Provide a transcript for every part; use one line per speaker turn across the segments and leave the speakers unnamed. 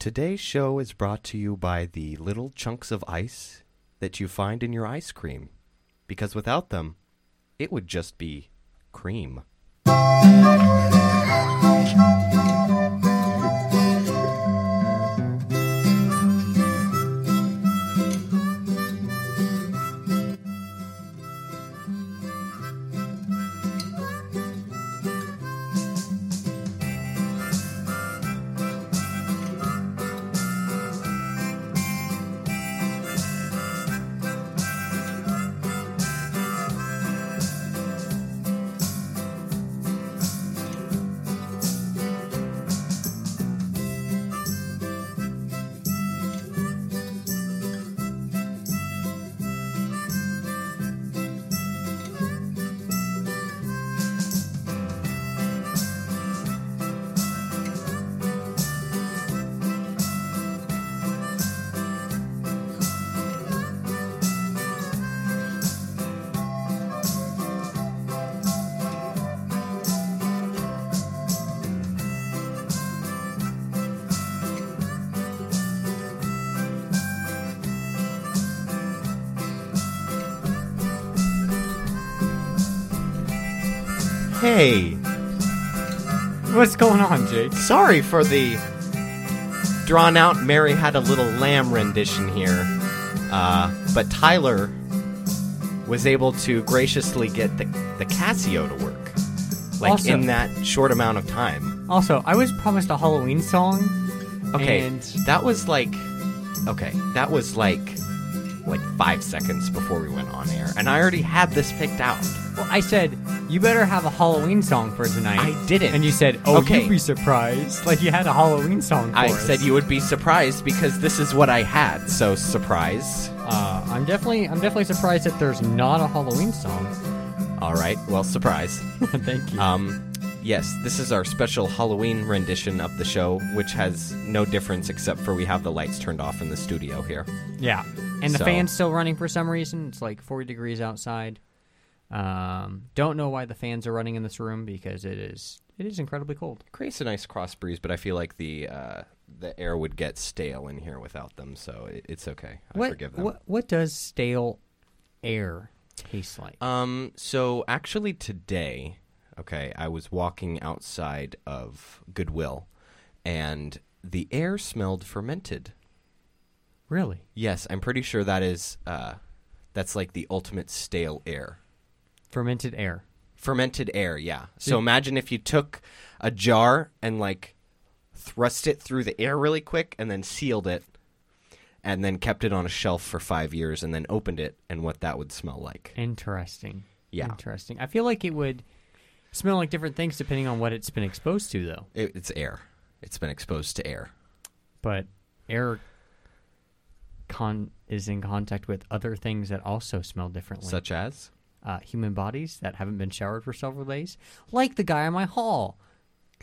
Today's show is brought to you by the little chunks of ice that you find in your ice cream, because without them, it would just be cream. Hey,
What's going on, Jake?
sorry for the drawn out Mary had a little lamb rendition here, uh, but Tyler was able to graciously get the, the Casio to work, like
Awesome.
in that short amount of time.
Also, I was promised a Halloween song.
Okay,
And
that was like, okay, that was like, like five seconds before we went on air, and I already had this picked out.
well, I said, you better have a Halloween song for tonight.
I didn't.
And you said, oh,
Okay.
you'd be surprised. Like, you had a Halloween song for
I
us.
said you would be surprised because this is what I had. So surprise.
Uh, I'm definitely, I'm definitely surprised that there's not a Halloween song.
All right. Well, surprise.
Thank you.
Um, yes, this is our special Halloween rendition of the show, which has no difference except for we have the lights turned off in the studio here.
yeah. And the
so-
fan's still running for some reason. It's like 40 degrees outside. Um, don't know why the fans are running in this room because it is, it is incredibly cold.
Creates a nice cross breeze, but I feel like the uh, the air would get stale in here without them, so it, it's okay. I
what,
forgive them.
What, what does stale air taste like?
Um, so actually today, okay, I was walking outside of Goodwill, and the air smelled fermented.
really?
Yes, I'm pretty sure that is uh, that's like the ultimate stale air.
Fermented air.
fermented air yeah so imagine if you took a jar and like thrust it through the air really quick and then sealed it and then kept it on a shelf for five years and then opened it and what that would smell like
Interesting.
Yeah.
Interesting. I feel like it would smell like different things depending on what it's been exposed to, though.
it, it's air it's been exposed to air
But air con is in contact with other things that also smell differently.
such as
uh, human bodies that haven't been showered for several days, like the guy in my hall,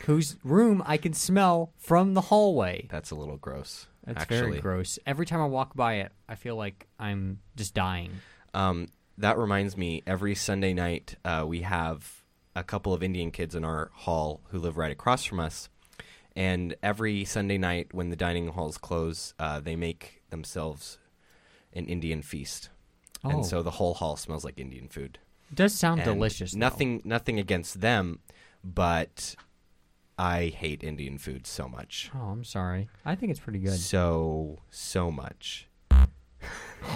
whose room I can smell from the hallway.
that's a little gross
That's
actually
very gross. Every time I walk by it, I feel like I'm just dying.
Um, that reminds me, every Sunday night uh, we have a couple of Indian kids in our hall who live right across from us. And every Sunday night when the dining halls close, uh, they make themselves an Indian feast.
Oh.
And so the whole hall smells like Indian food.
It does sound
And
delicious. though.
Nothing, nothing against them, but I hate Indian food so much.
Oh, I'm sorry. I think it's pretty good.
So, so much.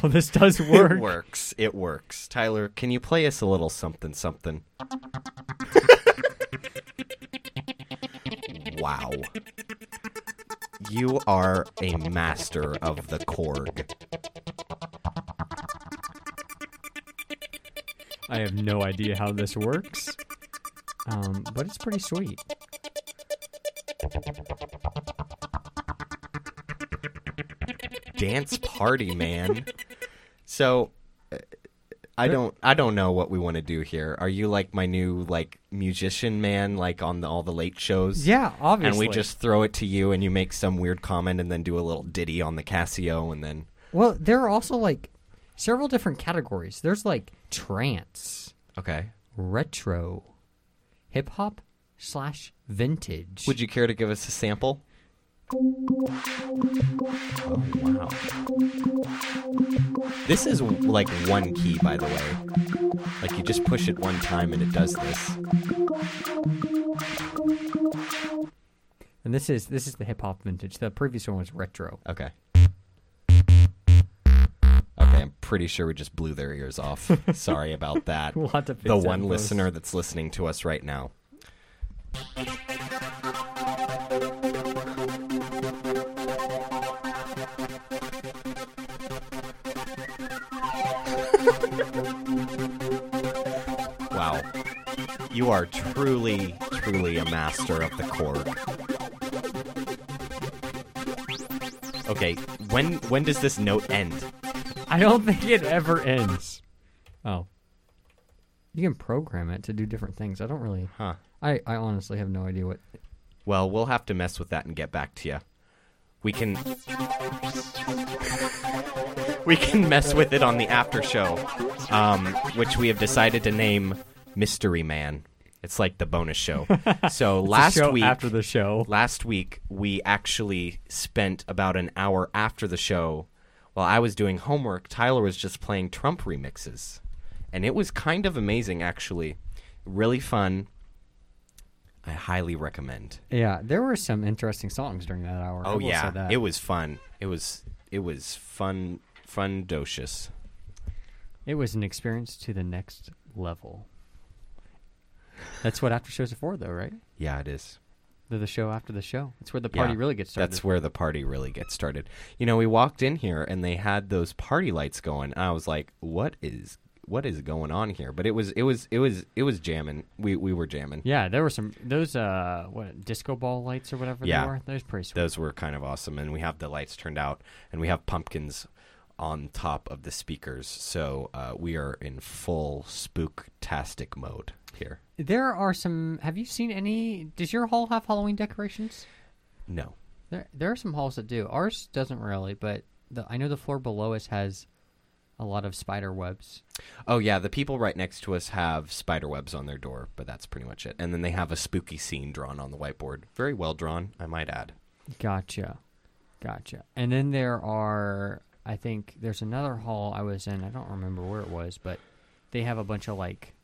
Oh, this does
It
work.
works. It works. Tyler, can you play us a little something something? wow. You are a master of the Korg.
I have no idea how this works, um, but it's pretty sweet.
Dance party, man. So uh, I don't I don't know what we want to do here. Are you like my new like musician man like on the, all the late shows?
Yeah, obviously.
And we just throw it to you and you make some weird comment and then do a little ditty on the Casio and then
well, there are also like several different categories. There's like trance,
okay.
retro, hip hop slash vintage.
Would you care to give us a sample? Oh, wow. This is like one key, by the way. Like you just push it one time and it does this.
And this is this is the hip hop vintage. The previous one was retro.
Okay. Okay, I'm pretty sure we just blew their ears off. Sorry about that.
We'll have to fix
the
that
one
in post.
listener that's listening to us right now. wow. You are truly, truly a master of the chord. Okay, when when does this note end?
I don't think it ever ends. Oh. You can program it to do different things. I don't really
Huh.
I, I honestly have no idea what
Well, we'll have to mess with that and get back to you. We can we can mess with it on the after show, um, which we have decided to name Mystery Man. It's like the bonus show. So last
the show
week,
after the show.
last week we actually spent about an hour after the show while I was doing homework. Tyler was just playing Trump remixes, and it was kind of amazing, actually. Really fun. I highly recommend.
Yeah, there were some interesting songs during that hour. I
Oh
will say
yeah,
that.
it was fun. It was it was fun, fun docious.
It was an experience to the next level. That's what after shows are for, though, right?
Yeah, it is.
They're the show after the show. It's where the
Yeah,
party really gets started.
That's where the party really gets started. You know, we walked in here and they had those party lights going. And I was like, "What is what is going on here?" But it was it was it was it was jamming. We we were jamming.
yeah, there were some those uh what disco ball lights or whatever
Yeah.
they were. Those pretty sweet.
Those were kind of awesome, and we have the lights turned out, and we have pumpkins on top of the speakers, so uh, we are in full spooktastic mode here.
There are some. Have you seen any? Does your hall have Halloween decorations?
No,
There, there are some halls that do. Ours doesn't really, but the, I know the floor below us has a lot of spider webs.
Oh yeah, the people right next to us have spider webs on their door, but that's pretty much it. And then they have a spooky scene drawn on the whiteboard. Very well drawn, I might add.
Gotcha, gotcha. And then there are. I think there's another hall I was in. I don't remember where it was, but they have a bunch of like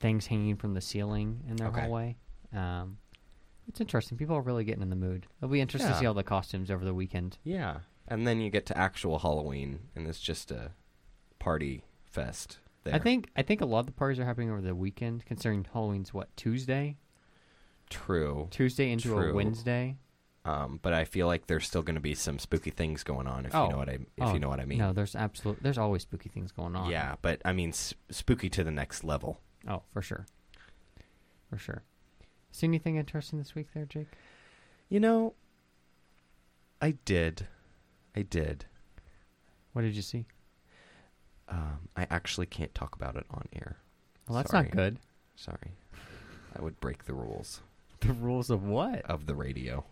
things hanging from the ceiling in their
Okay.
hallway. Um, it's interesting. People are really getting in the mood. It'll be interesting
Yeah.
to see all the costumes over the weekend.
Yeah. And then you get to actual Halloween and it's just a party fest there.
I think I think a lot of the parties are happening over the weekend, considering Halloween's what Tuesday,
true.
Tuesday into
True.
a Wednesday.
Um, but I feel like there's still going to be some spooky things going on if
Oh.
you know what I if
Oh,
you know what I mean.
No, there's absolute. There's always spooky things going on.
Yeah, but I mean s- spooky to the next level.
Oh, for sure. For sure. See anything interesting this week there, Jake?
You know, I did. I did.
What did you see?
Um, I actually can't talk about it on air.
Well, that's
Sorry.
not good.
Sorry. I would break the rules
The rules of what?
of the radio.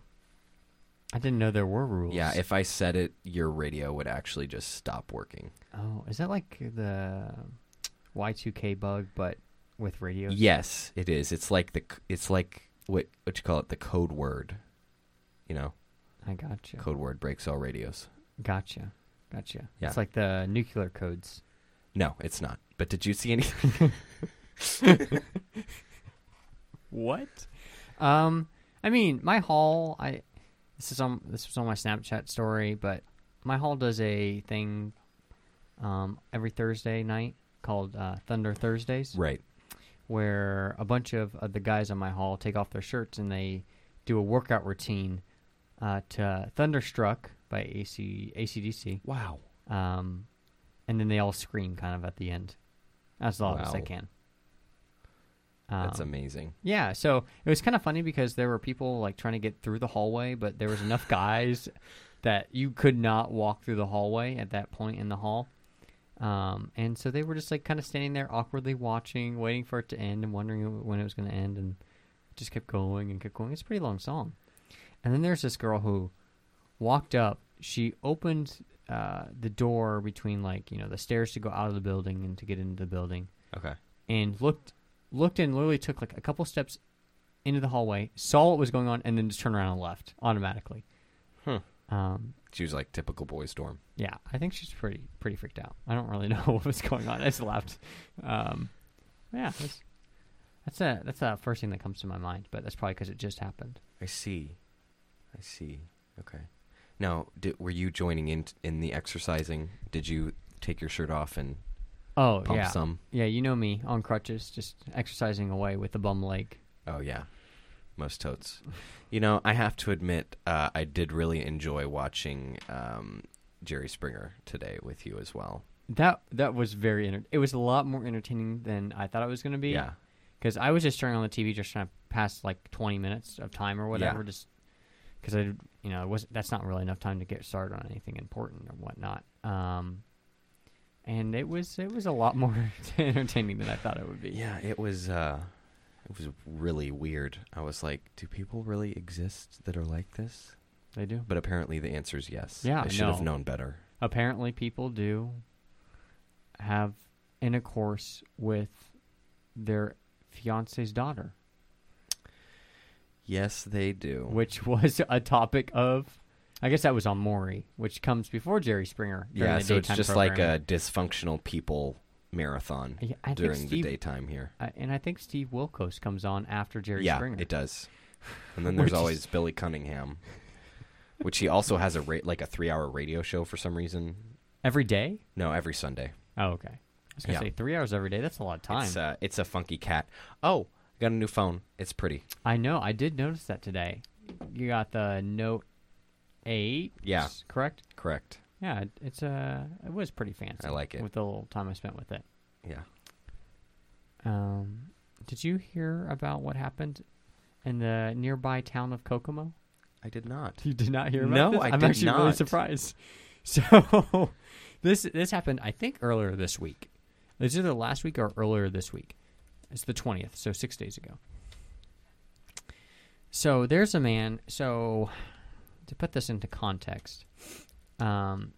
I didn't know there were rules.
Yeah, if I said it, your radio would actually just stop working.
oh, is that like the Y2K bug, but with radio?
Yes, it is. It's like the c- it's like what what you call it, the code word. You know,
I gotcha.
code word breaks all radios.
Gotcha. Gotcha.
Yeah.
It's like the nuclear codes.
No, it's not. But did you see any?
What? Um, I mean, my hall. I this is on this was on my Snapchat story, but my hall does a thing um, every Thursday night called uh, Thunder Thursdays,
right.
where a bunch of, of the guys on my hall take off their shirts and they do a workout routine uh, to Thunderstruck by AC ACDC,
Wow.
um, and then they all scream kind of at the end as loud as they
Wow.
can.
That's
Um,
amazing.
yeah, so it was kind of funny because there were people like trying to get through the hallway, but there was enough guys that you could not walk through the hallway at that point in the hall. Um, and so they were just like kind of standing there awkwardly watching, waiting for it to end and wondering when it was going to end and just kept going and kept going. It's a pretty long song. And then there's this girl who walked up. She opened uh, the door between like, you know, the stairs to go out of the building and to get into the building
Okay.
and looked looked and literally took like a couple steps into the hallway, saw what was going on, and then just turned around and left automatically.
Huh.
Um,
She was like typical boys' dorm.
yeah, I think she's pretty pretty freaked out. I don't really know what was going on. I just left. Um, yeah, that's, that's a that's a first thing that comes to my mind, but that's probably because it just happened.
I see. I see. Okay. Now, di were you joining in in the exercising? Did you take your shirt off and
Oh
pump
yeah,
some?
yeah. You know me on crutches, just exercising away with the bum leg.
Oh yeah, most totes. You know, I have to admit, uh, I did really enjoy watching um, Jerry Springer today with you as well.
That that was very enter- it was a lot more entertaining than I thought it was going to be.
Yeah,
because I was just turning on the TV just trying to pass like twenty minutes of time or whatever, just because I you know it was that's not really enough time to get started on anything important or whatnot. Um, and it was it was a lot more entertaining than I thought it would be.
yeah. It was uh, it was really weird. I was like, do people really exist that are like this?
They do.
But apparently, the answer is yes.
Yeah,
I should have
no.
known better.
Apparently, people do have intercourse with their fiance's daughter,
Yes, they do.
which was a topic of. I guess that was on Maury, which comes before Jerry Springer. during
yeah,
the
so it's
daytime
just like
programming.
a dysfunctional people marathon
Yeah, I think
during the
Steve-
daytime here.
Uh, and I think Steve Wilkos comes on after Jerry
yeah,
Springer.
it does. And then
Which
there's
is-
always Billy Cunningham, which he also has a ra- like a three-hour radio show for some reason.
every day.
No, every Sunday.
Oh, okay. I was gonna
Yeah.
say three hours every day. That's a lot of time.
It's uh, it's a funky cat. Oh, I got a new phone. It's pretty.
I know. I did notice that today. You got the Note Eight.
Yeah.
s- Correct.
Correct.
Yeah. it- It's Uh, it was pretty fancy.
I like it.
With the little time I spent with it.
Yeah.
Um, did you hear about what happened in the nearby town of Kokomo?
I did not.
You did not hear about
No,
this?
I
I'm
did
actually really
not.
surprised. So this this happened I think earlier this week. It's either last week or earlier this week. It's the twentieth, so six days ago. So there's a man so to put this into context, um,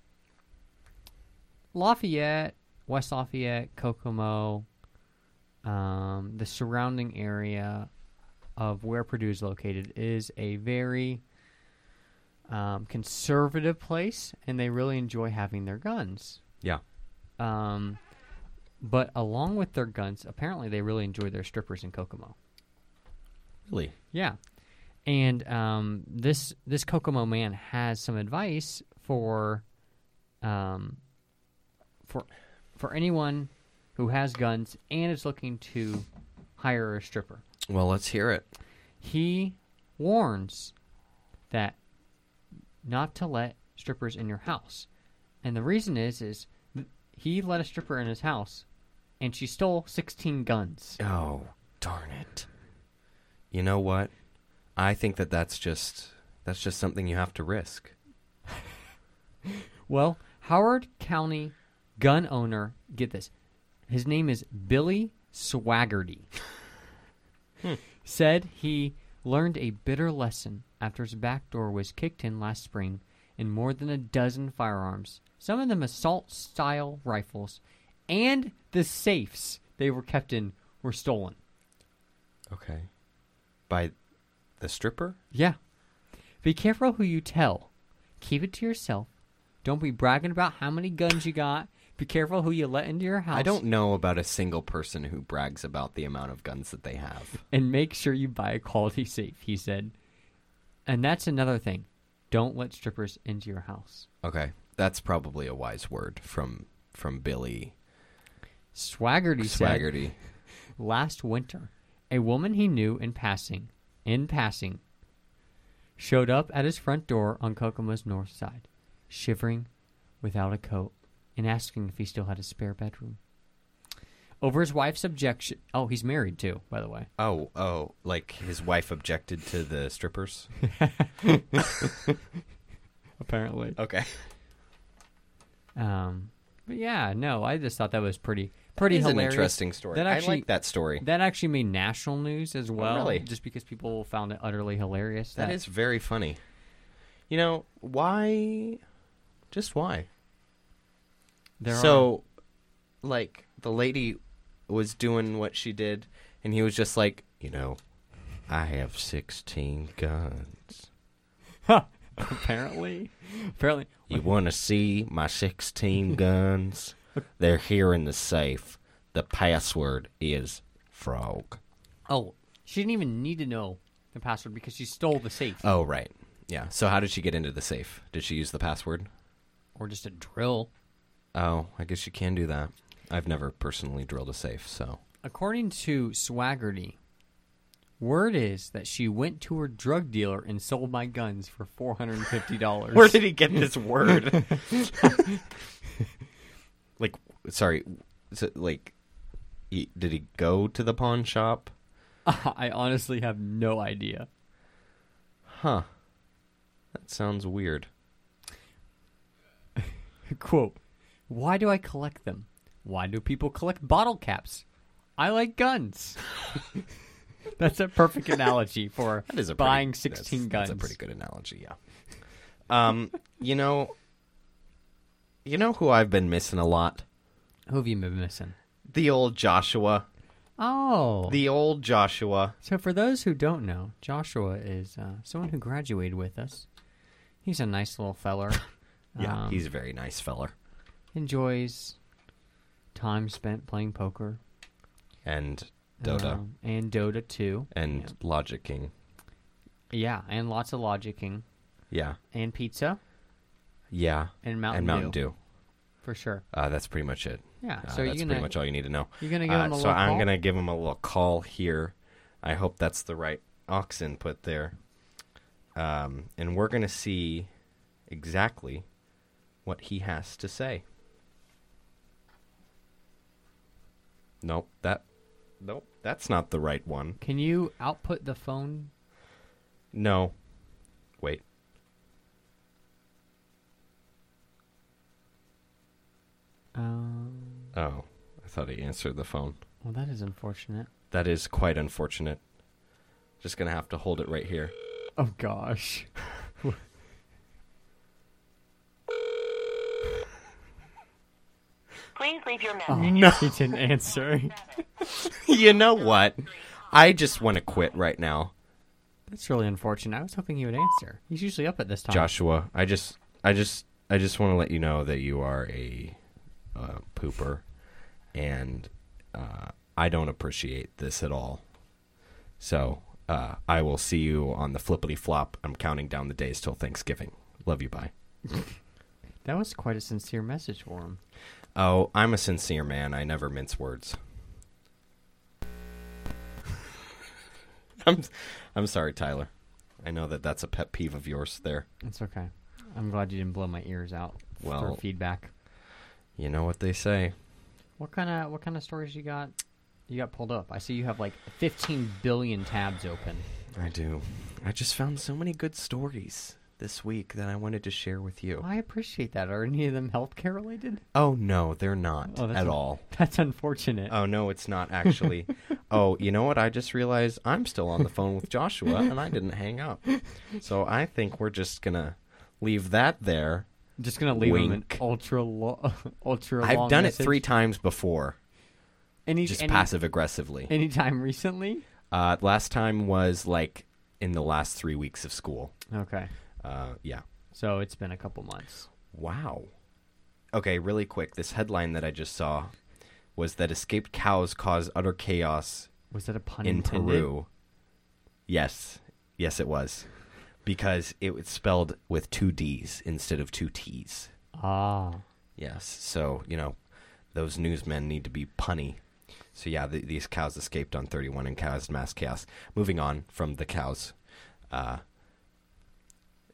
Lafayette, West Lafayette, Kokomo, um, the surrounding area of where Purdue is located is a very um, conservative place, and they really enjoy having their guns.
Yeah.
Um, but along with their guns, apparently they really enjoy their strippers in Kokomo.
Really?
Yeah, and um, this this Kokomo man has some advice for, um, for for anyone who has guns and is looking to hire a stripper
Well, let's hear it.
he warns that not to let strippers in your house and the reason is is th- he let a stripper in his house and she stole 16 guns
Oh, darn it. You know what? I think that that's just that's just something you have to risk.
well howard county gun owner get this his name is billy swaggerty said he learned a bitter lesson after his back door was kicked in last spring in more than a dozen firearms, some of them assault style rifles, and the safes they were kept in were stolen.
Okay. By the stripper?
Yeah. Be careful who you tell. Keep it to yourself. Don't be bragging about how many guns you got. Be careful who you let into your house.
I don't know about a single person who brags about the amount of guns that they have.
and make sure you buy a quality safe, he said. And that's another thing. Don't let strippers into your house.
Okay, that's probably a wise word from from Billy
Swaggerty said
Swaggerty.
last winter, a woman he knew in passing, in passing, showed up at his front door on Kokomo's north side, shivering, without a coat, and asking if he still had a spare bedroom. Over his wife's objection, oh, he's married too, by the way.
Oh, oh, like his wife objected to the strippers.
Apparently.
Okay,
Um, but yeah, no, I just thought that was pretty, pretty
It's an
hilarious.
interesting story.
That
I
actually-
like that story.
That actually made national news as well,
really?
just because people found it utterly hilarious.
that is very funny. You know why? Just why?
there are,
so, like the lady was doing what she did, and he was just like, you know, I have sixteen guns.
apparently, apparently,
You want to see my 16 guns? They're here in the safe. The password is frog.
oh, she didn't even need to know the password because she stole the safe
Oh, right. Yeah. So how did she get into the safe? Did she use the password?
or just a drill.
Oh, I guess you can do that. I've never personally drilled a safe, so.
According to Swaggerty, word is that she went to her drug dealer and sold my guns for four hundred and fifty dollars.
he get this word? like, sorry, is it like, he, did he go to the pawn shop?
I honestly have no idea.
Huh. That sounds weird.
Quote: Why do I collect them? Why do people collect bottle caps? I like guns. That's a perfect analogy for
That is a pretty-
buying
that's-
sixteen guns.
That's a pretty good analogy, yeah. Um, you know, you know who I've been missing a lot?
Who have you been missing?
The old Joshua.
Oh,
The old Joshua.
So, for those who don't know, Joshua is uh, someone who graduated with us. He's a nice little feller.
Yeah,
Um,
he's a very nice feller.
enjoys time spent playing poker.
And Dota
um, and Dota too.
and
yeah.
Logic King.
Yeah, and lots of logicking
Yeah.
and pizza
Yeah.
and Mountain,
and Mountain Dew.
for sure.
Uh, that's pretty much it.
Yeah,
Uh,
so you're
that's
gonna
pretty much all you need to know.
you're gonna give
Uh,
him a
so
little
I'm
call?
gonna give him a little call here. I hope that's the right aux input there. Um, and we're gonna see exactly what he has to say. Nope, that nope, that's not the right one.
Can you output the phone?
No. Wait.
Um,
Oh. I thought he answered the phone.
well, that is unfortunate.
That is quite unfortunate. Just gonna have to hold it right here.
Oh gosh.
Please leave your message.
no, he didn't answer.
you know what? I just want to quit right now.
That's really unfortunate. I was hoping he would answer. He's usually up at this time.
Joshua, I just, I just, I just want to let you know that you are a uh, pooper, and uh, I don't appreciate this at all. So uh, I will see you on the flippity flop. I'm counting down the days till Thanksgiving. Love you. Bye.
That was quite a sincere message for him.
Oh, I'm a sincere man. I never mince words. I'm, I'm sorry, Tyler. I know that that's a pet peeve of yours. There.
It's okay. I'm glad you didn't blow my ears out
Well-
for feedback.
You know what they say.
What kind of what kind of stories you got? You got pulled up. I see you have like 15 billion tabs open.
I do. I just found so many good stories this week that I wanted to share with you.
I appreciate that. Are any of them healthcare related?
Oh no, they're not
Oh, that's
at
a-
all.
That's unfortunate.
Oh no, it's not actually. oh, you know what? I just realized I'm still on the phone with Joshua and I didn't hang up. So I think we're just going to leave that there.
Just gonna leave him an
Wink.
ultra lo- ultra. long
I've done
message.
it 3 times before,
Any
just
any,
passive aggressively.
Anytime recently?
Uh last time was like in the last 3 weeks of school.
Okay,
Uh yeah.
so it's been a couple months.
Wow. Okay, really quick. This headline that I just saw was that escaped cows cause utter chaos
Was that a pun
in
intended?
Peru. Yes. Yes, it was. Because it was spelled with two D's instead of two T's.
Ah,
Yes. So, you know, those newsmen need to be punny. So, yeah, th- these cows escaped on 31 and caused mass chaos. Moving on from the cows. Uh,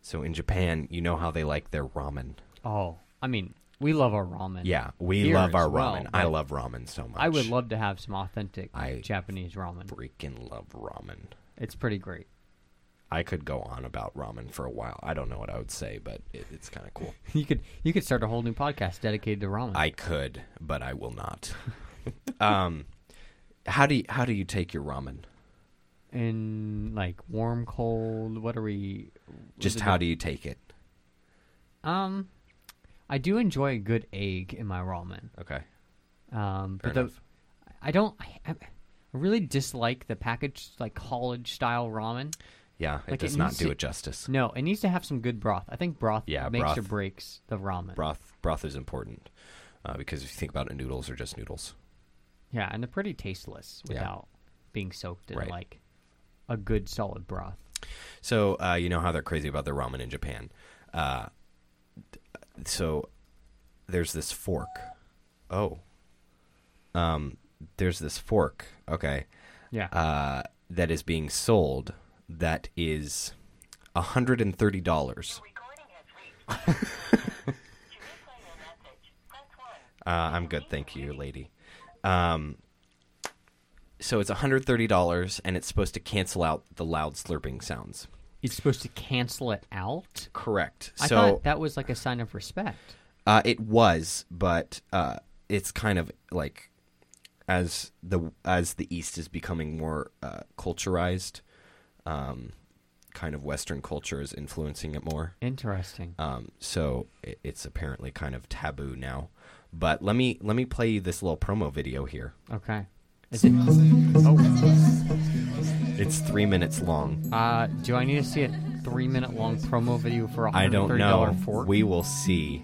so, in Japan, you know how they like their ramen.
oh. I mean, we love our ramen.
Yeah, we
here
love our
as well,
ramen. I
but
love ramen so much.
I would love to have some authentic
I-
Japanese ramen.
freaking love ramen.
It's pretty great.
I could go on about ramen for a while. I don't know what I would say, but it, it's kind of cool.
You could you could start a whole new podcast dedicated to ramen.
I could, but I will not. um, how do you, how do you take your ramen?
in like warm, cold. What are we?
Just how do you take it?
Um, I do enjoy a good egg in my ramen.
Okay.
Um,
Fair
but the,
enough.
I don't. I, I I really dislike the packaged like college style ramen.
Yeah, it
Like, it
does not
needs to-
do it justice.
No, it needs to have some good broth. I think broth
Yeah,
makes or
broth.
breaks the ramen.
Broth broth is important uh, because if you think about it, noodles are just noodles.
Yeah, and they're pretty tasteless
Yeah.
without being soaked in
Right.
like a good solid broth.
So uh, you know how they're crazy about their ramen in Japan. Uh, t- so there's this fork. Oh, um, there's this fork. Okay,
Yeah.
uh, that is being sold that is hundred and thirty dollars.
Recording has reached. to replay your message, press 1.
Uh, I'm good, thank you, lady. Um, so it's $130, and it's supposed to cancel out the loud slurping sounds.
it's supposed to cancel it out.
Correct.
I
so
thought that was like a sign of respect.
uh, it was, but uh, it's kind of like as the as the East is becoming more uh, culturized, um, kind of Western culture is influencing it more.
Interesting.
Um, so it, it's apparently kind of taboo now. But let me let me play you this little promo video here.
Okay. Is it?
It's three minutes long.
Uh, do I need to see a three-minute-long promo video for a
I
hundred
don't
thirty
know.
dollar fork?
We will see.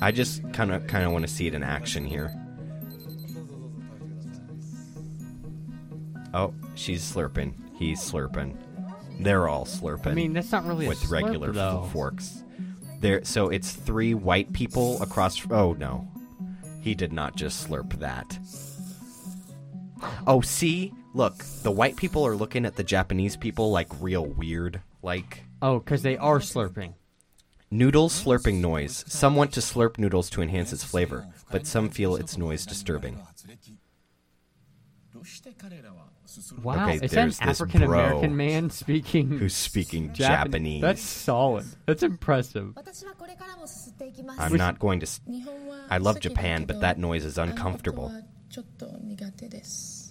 I just kind of kind of want to see it in action here. Oh, she's slurping. He's slurping. They're all slurping.
I mean, that's not really a
with
slurp,
regular f-
though.
forks. There, so it's three white people across. Oh no, he did not just slurp that. Oh, see, look, the white people are looking at the Japanese people like real weird, like
Oh, because they are slurping.
noodles slurping noise. Some want to slurp noodles to enhance its flavor, but some feel its noise disturbing.
Wow,
Okay,
is that an
there's this
African American
bro
man speaking
Who's speaking
Japan-
Japanese?
That's solid. That's impressive.
私はこれからもすすっていきます。
I'm not going to. s-
日本は
I love Japan, but that noise is
あの
uncomfortable.
音はちょっと苦手です。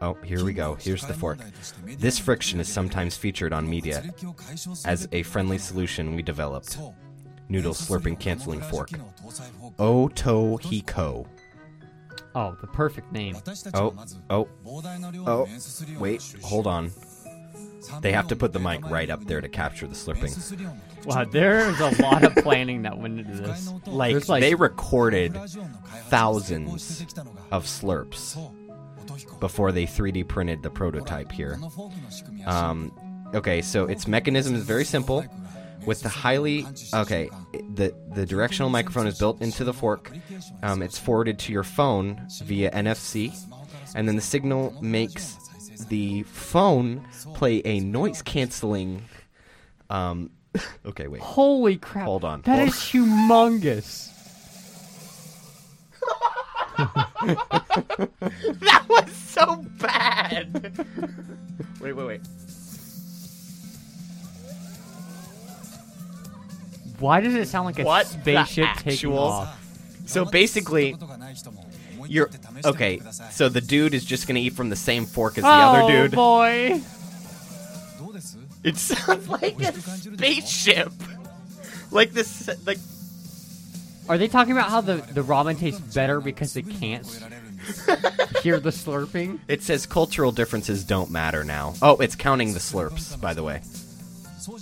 Oh, here we go. Here's the fork. This friction is sometimes featured on media as a friendly solution we developed. Noodle slurping canceling fork. Oh, Oto Hiko.
Oh, the perfect name.
Oh, oh, oh. Wait, hold on. They have to put the mic right up there to capture the slurping.
clipping.
Wow, there's a lot of planning that went into this.
Like,
There's like-
they recorded thousands of slurps before they 3D printed the prototype here. Um, okay, so its mechanism is very simple. With the highly okay, the the directional microphone is built into the fork. Um, it's forwarded to your phone via NFC, and then the signal makes the phone play a noise canceling. Um, okay, wait.
Holy crap!
Hold on,
that
hold
is humongous.
That was so bad. wait, wait, wait.
Why does it sound like a
What the
spaceship taking
actual-
off?
So basically, You're okay. So the dude is just gonna eat from the same fork as the other
oh
dude.
boy!
It sounds like a spaceship. Like this, like
Are they talking about how the the ramen tastes better because they can't hear the slurping?
it says, cultural differences don't matter now. Oh, it's counting the slurps, by the way.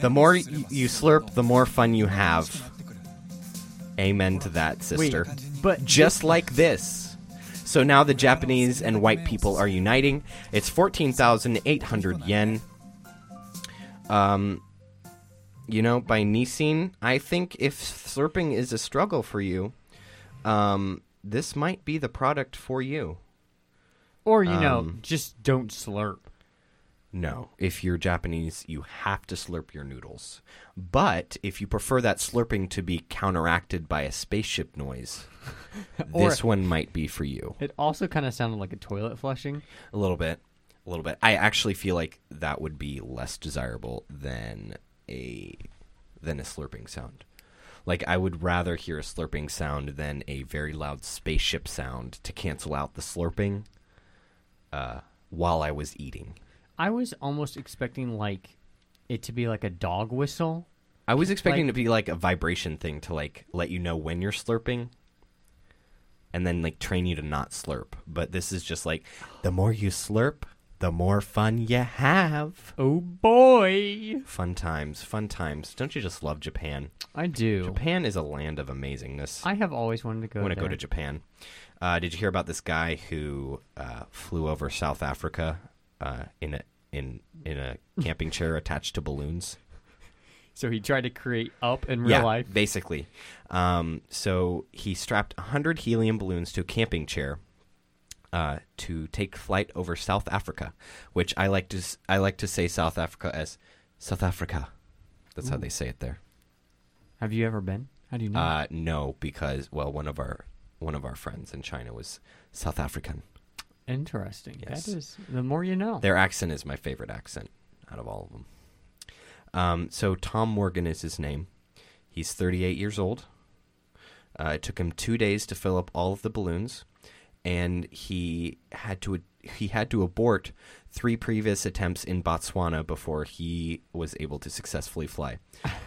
The more y- you slurp, the more fun you have. Amen to that, sister.
Wait, but
Just like this. So now the Japanese and white people are uniting. It's 14,800 yen. Um, you know, by Nissin, I think if slurping is a struggle for you, um, this might be the product for you.
or you know,
um,
just don't slurp.
No, if you're Japanese, you have to slurp your noodles. But if you prefer that slurping to be counteracted by a spaceship noise,
Or-
this one might be for you.
It also kind of sounded like a toilet flushing.
A little bit. A little bit. I actually feel like that would be less desirable than a than a slurping sound. Like I would rather hear a slurping sound than a very loud spaceship sound to cancel out the slurping uh, while I was eating.
I was almost expecting like it to be like a dog whistle.
I was expecting
Like-
to be like a vibration thing to like let you know when you're slurping. and then like train you to not slurp. But this is just like the more you slurp, the more fun you have.
Oh boy,
Fun times, fun times. Don't you just love Japan?
I do.
Japan is a land of amazingness.
I have always wanted to go.
I want to
there.
go to Japan. Uh, did you hear about this guy who uh, flew over South Africa uh, in a in in a camping chair attached to balloons?
So he tried to create up in real
yeah,
life.
basically. Um, so he strapped 100 helium balloons to a camping chair uh, to take flight over South Africa, which I like to s- I like to say South Africa as South Africa. That's how they say it there.
Have you ever been? How do you know?
Uh, no, because well, one of our one of our friends in China was South African.
Interesting.
yes.
That is the more you know.
Their accent is my favorite accent out of all of them. Um, so Tom Morgan is his name. He's 38 years old. Uh, it took him two days to fill up all of the balloons, and he had to he had to abort three previous attempts in Botswana before he was able to successfully fly.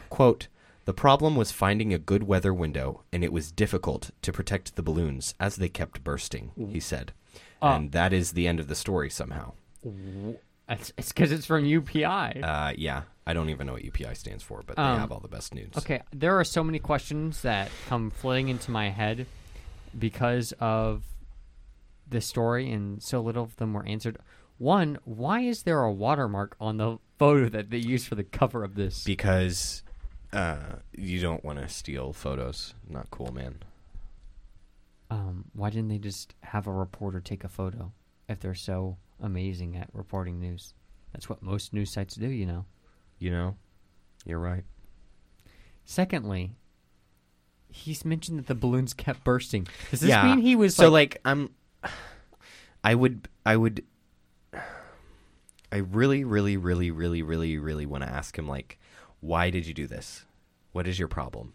"Quote: The problem was finding a good weather window, and it was difficult to protect the balloons as they kept bursting," he said.
Ah.
And that is the end of the story somehow.
It's because it's from UPI.
Uh, yeah, I don't even know what UPI stands for, but they
Um,
have all the best news.
Okay, there are so many questions that come flooding into my head because of the story, and so little of them were answered. One, why is there a watermark on the photo that they use for the cover of this?
because uh, you don't want to steal photos. Not cool, man.
um, why didn't they just have a reporter take a photo if they're so amazing at reporting news? That's what most news sites do, you know.
You know, you're right.
Secondly, he's mentioned that the balloons kept bursting. Does this
yeah.
mean he was
so
like,
like, I'm. I would. I would. I really, really, really, really, really, really want to ask him like, why did you do this? What is your problem?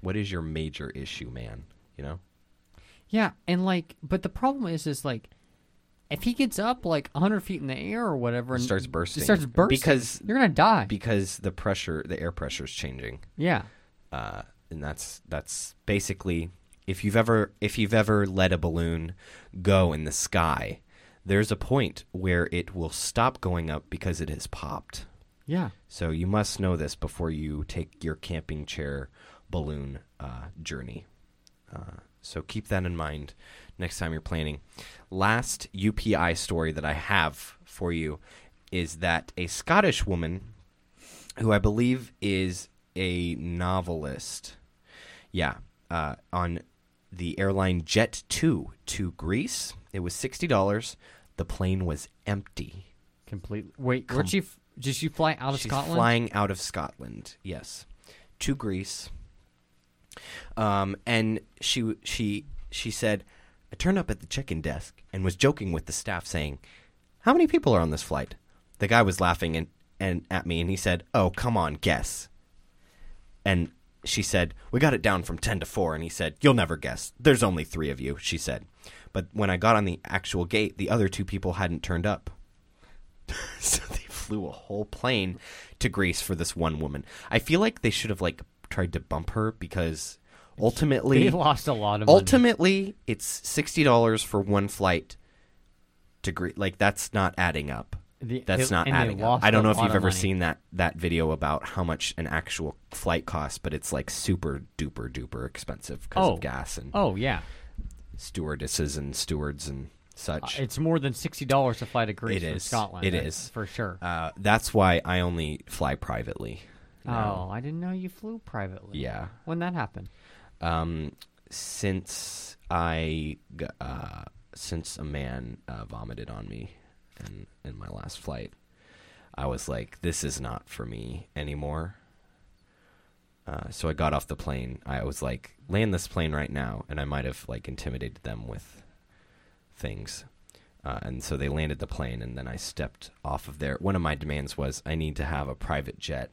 What is your major issue, man? You know.
Yeah, and like, but the problem is, is like, if he gets up like 100 feet in the air or whatever, and
Starts
it
bursting.
starts bursting
Because-
you're gonna die.
Because the pressure, the air pressure is changing.
yeah,
uh, and that's that's basically if you've ever if you've ever let a balloon go in the sky, there's a point where it will stop going up because it has popped.
yeah.
So you must know this before you take your camping chair balloon uh, journey. Uh, so keep that in mind next time you're planning. Last UPI story that I have for you is that a Scottish woman who I believe is a novelist. Yeah, uh, on the airline Jet 2 to Greece. It was $60. The plane was empty.
Completely. Wait, where'd she? f- Did she fly out of
She's
Scotland?
flying out of Scotland, yes, to Greece. Um, and she she she said, I turned up at the check-in desk and was joking with the staff, saying, "How many people are on this flight?" The guy was laughing and, and at me, and he said, "Oh, come on, guess." And she said, We got it down from 10 to 4. And he said, You'll never guess. There's only three of you, she said. But when I got on the actual gate, the other two people hadn't turned up. so they flew a whole plane to Greece for this one woman. I feel like they should have, like, tried to bump her because ultimately
They lost a lot of money.
ultimately it's $60 for one flight to Greece. Like, that's not adding up.
The-
That's
they-
not
and they
adding up.
lost
I don't
a
know if
lot
you've
of
ever
money.
seen that that video about how much an actual flight costs, but it's like super duper duper expensive because
Oh.
of gas and
Oh yeah,
stewardesses and stewards and such.
it's more than sixty dollars to fly to Greece
It
from
is.
Scotland.
It
uh,
is.
for sure.
uh, that's why I only fly privately.
Oh, I didn't know you flew privately.
Yeah.
When that happened?
Um, since I g- uh, since a man uh, vomited on me in, in my last flight, I was like, "This is not for me anymore." Uh, so I got off the plane. I was like, "Land this plane right now," and I might have like intimidated them with things. Uh, and so they landed the plane, and then I stepped off of there. One of my demands was I need to have a private jet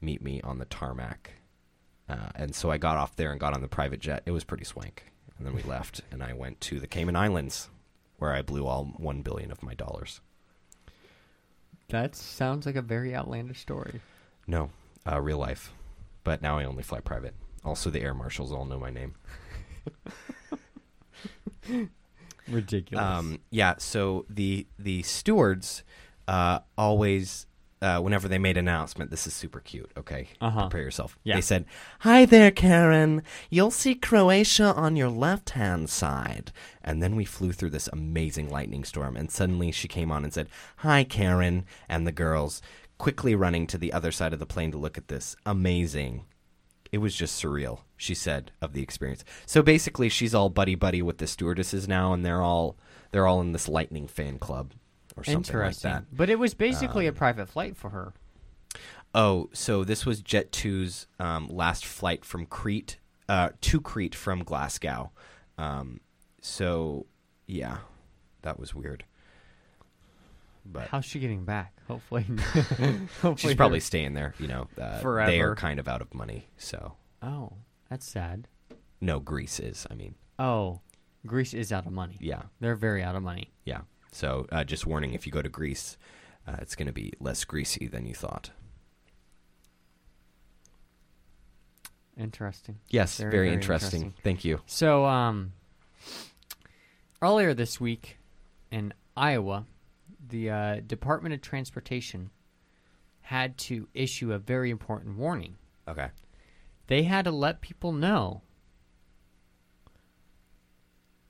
meet me on the tarmac. Uh, and so I got off there and got on the private jet. It was pretty swank. And then we left, and I went to the Cayman Islands, where I blew all one billion of my dollars.
That sounds like a very outlandish story.
No, uh, real life. But now I only fly private. Also, the air marshals all know my name.
Ridiculous.
Um, yeah. So the the stewards uh, always, uh, whenever they made an announcement, this is super cute. Okay,
Uh-huh.
prepare yourself.
Yeah.
They said, "Hi there, Karen. You'll see Croatia on your left hand side." And then we flew through this amazing lightning storm, and suddenly she came on and said, "Hi, Karen," and the girls quickly running to the other side of the plane to look at this amazing it was just surreal, she said of the experience. So basically she's all buddy buddy with the stewardesses now and they're all they're all in this lightning fan club or something like
Interesting.
that. Uh,
But it was basically a private flight for her.
Oh, so this was Jet 2's um, last flight from Crete uh, to Crete from Glasgow. Um, so yeah, that was weird. But
How's she getting back? Hopefully, hopefully
she's probably staying there, you know. Uh, They
Forever.
are kind of out of money, so
her- Oh, that's sad.
no Greece is, I mean.
Oh, Greece is out of money.
Yeah.
They're very out of money.
Yeah. So uh, just warning if you go to Greece, uh, it's going to be less greasy than you thought.
Interesting.
Yes,
Very,
very,
very
interesting.
interesting.
Thank you.
So, um, earlier this week in Iowa, the uh, Department of Transportation had to issue a very important warning.
Okay.
They had to let people know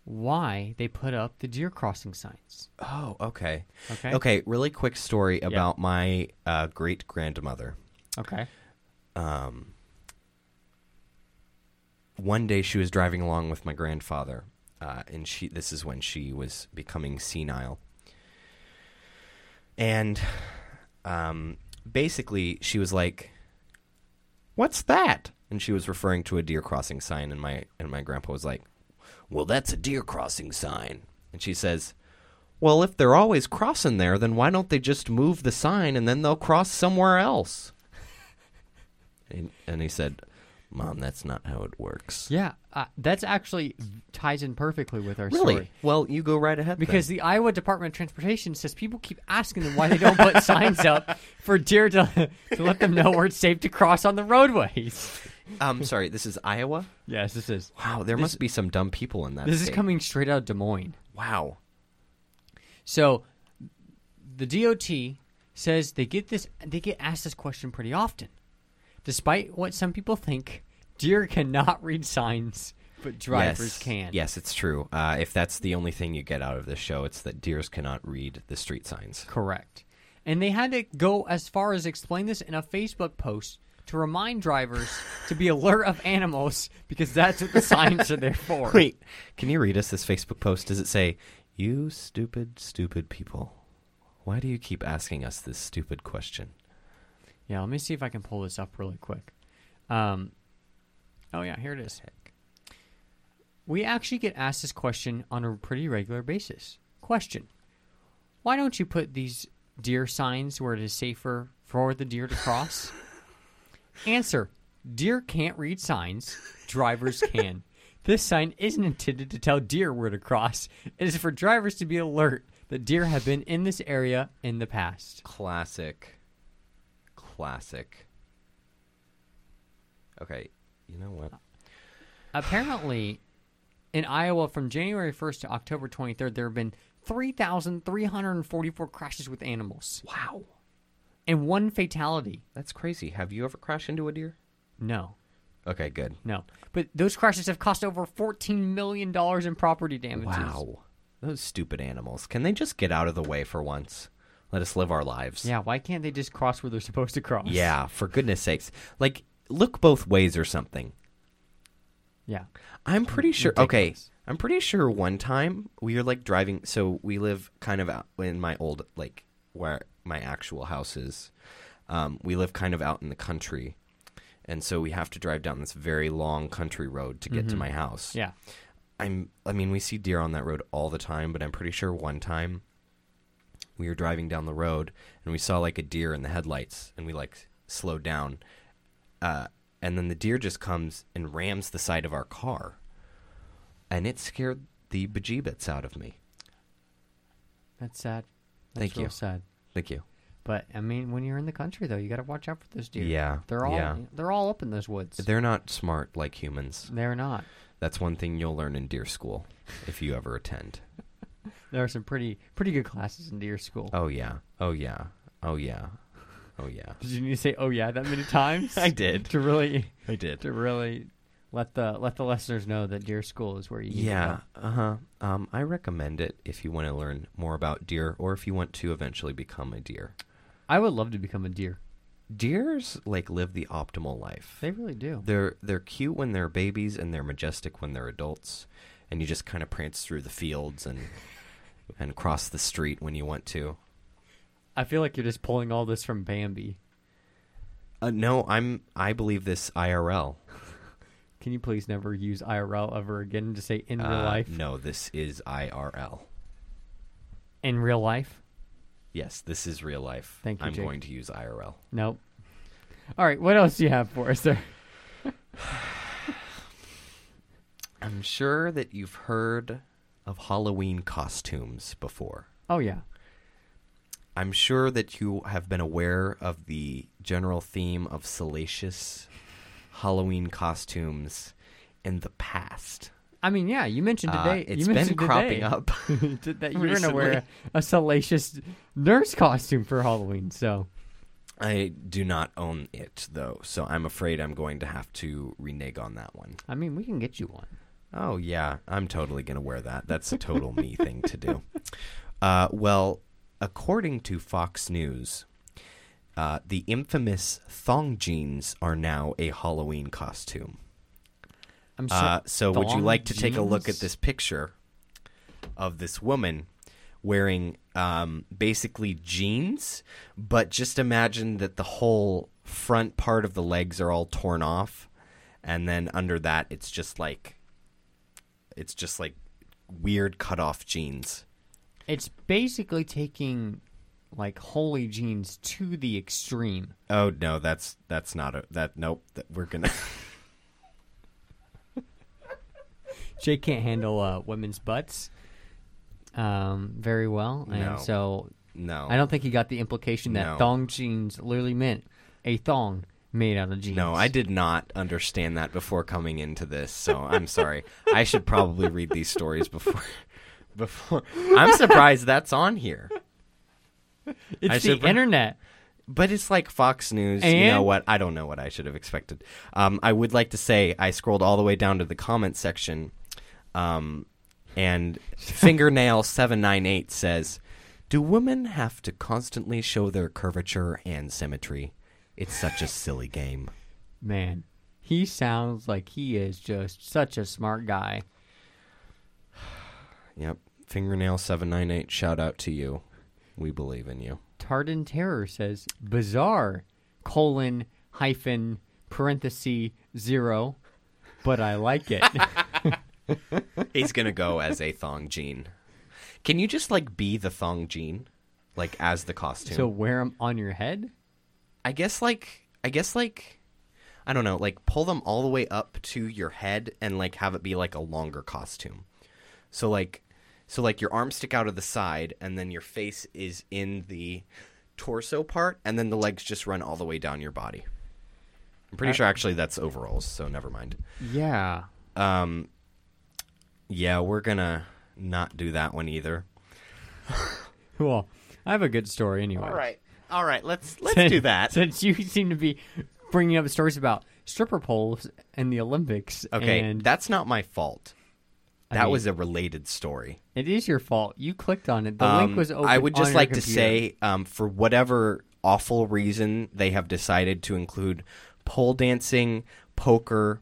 why they put up the deer crossing signs.
Oh, okay.
Okay.
Okay, really quick story about my uh, great grandmother.
Okay.
Um, one day she was driving along with my grandfather, uh, and she this is when she was becoming senile. And um, basically, she was like, "What's that?" And she was referring to a deer crossing sign, and my and my grandpa was like, "Well, that's a deer crossing sign." And she says, "Well, if they're always crossing there, then why don't they just move the sign and then they'll cross somewhere else?" And, and he said, "Mom, that's not how it works."
Yeah, uh, that's actually ties in perfectly with our
Really?
story.
Well, you go right ahead.
Because
then.
the Iowa Department of Transportation says people keep asking them why they don't put signs up for deer to, to let them know where it's safe to cross on the roadways.
I'm Um, sorry, this is Iowa.
Yes, this is.
Wow, there must be some dumb people in that.
This is
state.
coming straight out of Des Moines.
Wow.
So the DOT says they get this they get asked this question pretty often. Despite what some people think, deer cannot read signs, but drivers
yes.
can.
Yes, it's true. Uh, if that's the only thing you get out of this show, it's that deers cannot read the street signs.
Correct. And they had to go as far as explain this in a Facebook post to remind drivers to be alert of animals because that's what the signs are there for.
Wait, can you read us this Facebook post? Does it say, "You stupid, stupid people"? Why do you keep asking us this stupid question?
Yeah, let me see if I can pull this up really quick. Um, oh yeah, here it is. We actually get asked this question on a pretty regular basis. Question: Why don't you put these deer signs where it is safer for the deer to cross? Answer: Deer can't read signs. Drivers can. This sign isn't intended to tell deer where to cross. It is for drivers to be alert that deer have been in this area in the past.
Classic. Classic. Okay, you know what?
apparently in Iowa from January 1st to October 23rd there have been 3,344 crashes with animals
Wow.
and one fatality.
That's crazy. Have you ever crashed into a deer?
No.
Okay, good.
No. But those crashes have cost over 14 million dollars in property damages.
Wow. Those stupid animals. Can they just get out of the way for once? Let us live our lives.
Yeah, why can't they just cross where they're supposed to cross?
Yeah, for goodness sakes. Like, look both ways or something.
Yeah.
I'm pretty sure. Okay,
ridiculous.
I'm pretty sure. One time we were like driving. So we live kind of out in my old like where my actual house is. Um, we live kind of out in the country, and so we have to drive down this very long country road to get to my house.
Yeah.
I'm I mean we see deer on that road all the time, but I'm pretty sure one time we were driving down the road and we saw like a deer in the headlights and we like slowed down. Uh, and then the deer just comes and rams the side of our car. And it scared the bejeebits out of me.
That's sad. That's
Thank
real
you.
sad.
Thank you.
But I mean when you're in the country though, you got to watch out for those deer.
Yeah,
They're all
yeah.
they're all up in those woods.
They're not smart like humans.
they're not.
That's one thing you'll learn in deer school. if you ever attend.
There are some pretty pretty good classes in your school.
Oh yeah. Oh yeah. Oh yeah. Oh yeah.
Did you need to say "oh yeah" that many times?
I did.
to really
I did.
to really let the let the listeners know that Deer School is where you need
Yeah. Uh huh. Um, I recommend it if you want to learn more about deer, or if you want to eventually become a deer.
to go. I would love to become a deer.
Deers like live the optimal life.
They really do.
They're they're cute when they're babies and they're majestic when they're adults, and you just kind of prance through the fields and and cross the street when you want to.
I feel like you're just pulling all this from Bambi.
Uh, no, I'm I believe this IRL.
Can you please never use IRL ever again? Just say in real
Uh,
life.
No, this is IRL.
In real life?
Yes, this is real life.
Thank you,
I'm
Jake.
going to use IRL.
Nope. All right. What else do you have for us there?
I'm sure that you've heard of Halloween costumes before.
Oh yeah.
I'm sure that you have been aware of the general theme of salacious Halloween costumes in the past.
I mean, yeah. You mentioned
Uh,
today.
it's
you
been
mentioned
cropping
today
up.
that you're going to
recently.
wear a salacious nurse costume for Halloween. So
I do not own it though, so I'm afraid I'm going to have to renege on that one.
I mean, we can get you one.
Oh yeah, I'm totally gonna wear that. That's a total me thing to do. Uh, well, according to Fox News, uh, the infamous thong jeans are now a Halloween costume.
I'm sorry.
Uh, so, would you
thong
like to take a look
jeans?
at this picture of this woman wearing um, basically jeans, but just imagine that the whole front part of the legs are all torn off, and then under that it's just like it's just like weird cut off jeans.
It's basically taking like holy jeans to the extreme.
Oh no, that's that's not a that nope. That we're gonna
Jake can't handle uh, women's butts um, very well, and
No.
so
no.
I don't think he got the implication that
No.
thong jeans literally meant a thong made out of jeans.
No, I did not understand that before coming into this, so I'm sorry. I should probably read these stories before. Before I'm surprised that's on here,
It's
I
the
should-
internet.
but it's like Fox News. You know
And?
what? I don't know what I should have expected. Um, I would like to say I scrolled all the way down to the comment section, um, and fingernail seven nine eight says, "Do women have to constantly show their curvature and symmetry? It's such a silly game."
Man, he sounds like he is just such a smart guy.
Yep. Fingernail seven nine eight. Shout out to you. We believe in you.
Tartan Terror says bizarre colon hyphen parenthesis zero, but I like it.
He's gonna go as a thong gene. Can you just like be the thong gene, like as the costume?
so wear them on your head.
I guess like I guess like I don't know. Like pull them all the way up to your head and like have it be like a longer costume. So like so like your arms stick out of the side and then your face is in the torso part and then the legs just run all the way down your body. I'm pretty sure actually that's overalls, so never mind.
Yeah,
Um, yeah, we're gonna not do that one either.
Well, I have a good story anyway.
all right. Let's
Since-
let's do that.
Since you seem to be bringing up stories about stripper poles and the Olympics.
Okay,
and
that's not my fault.
I
That
mean-
was a related story.
it is your fault. You clicked on it. The
Um,
link was open.
I would
on
just
your
like to
computer.
say, um, for whatever awful reason they have decided to include pole dancing, poker,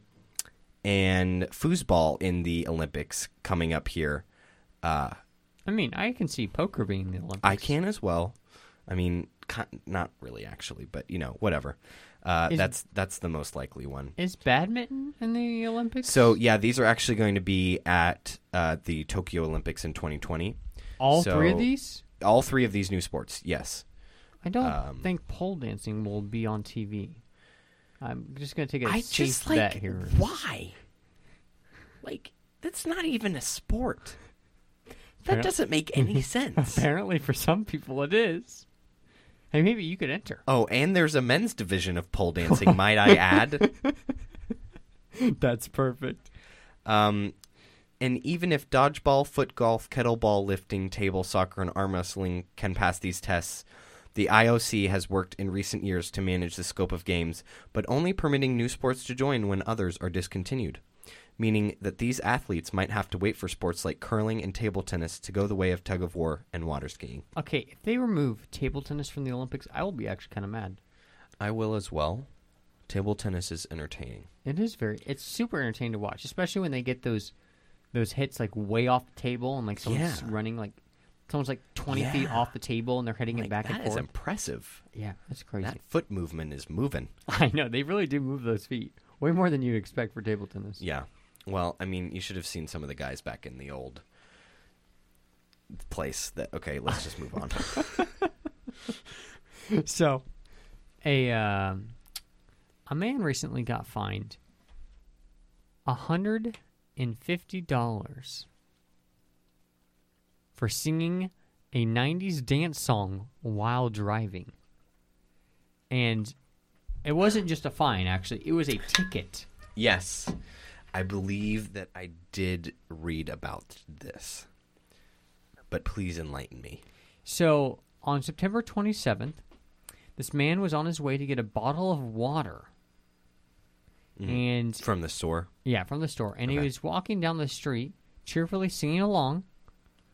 and foosball in the Olympics coming up here, uh,
I mean, I can see poker being the Olympics.
I can as well. I mean, ki- not really actually, but you know, whatever. Uh,
Is-
that's that's the most likely one.
Is badminton in the Olympics?
So yeah, these are actually going to be at uh, the Tokyo Olympics in 2020.
all three
so-
of these?
All three of these new sports, yes.
I don't
um,
think pole dancing will be on TV. I'm just gonna take a
I
safe
just
bet
like
here.
why? Like that's not even a sport. That
Apparent-
doesn't make any sense.
Apparently, for some people, it is. Hey, maybe you could enter.
Oh, and there's a men's division of pole dancing, might I add?
That's perfect.
Um, And even if dodgeball, foot golf, kettleball lifting, table soccer, and arm wrestling can pass these tests, the IOC has worked in recent years to manage the scope of games, but only permitting new sports to join when others are discontinued, meaning that these athletes might have to wait for sports like curling and table tennis to go the way of tug of war and water skiing.
Okay, if they remove table tennis from the Olympics, I will be actually kind of mad.
I will as well. Table tennis is entertaining.
It is very. It's super entertaining to watch, especially when they get those those hits like way off the table and like someone's
Yeah.
running like someone's like twenty feet
Yeah.
off the table and they're hitting it back and
That is
forth.
impressive.
yeah, that's crazy.
That foot movement is moving.
I know they really do move those feet way more than you'd expect for table tennis.
Yeah. Well, I mean, you should have seen some of the guys back in the old place that okay, let's just move on.
so a um a man recently got fined a hundred and fifty dollars for singing a 90s dance song while driving and it wasn't just a fine actually it was a ticket
yes. I believe that I did read about this. But please enlighten me.
So on September 27th, this man was on his way to get a bottle of water. And
From the store.
yeah, from the store. And
Okay.
he was walking down the street, cheerfully singing along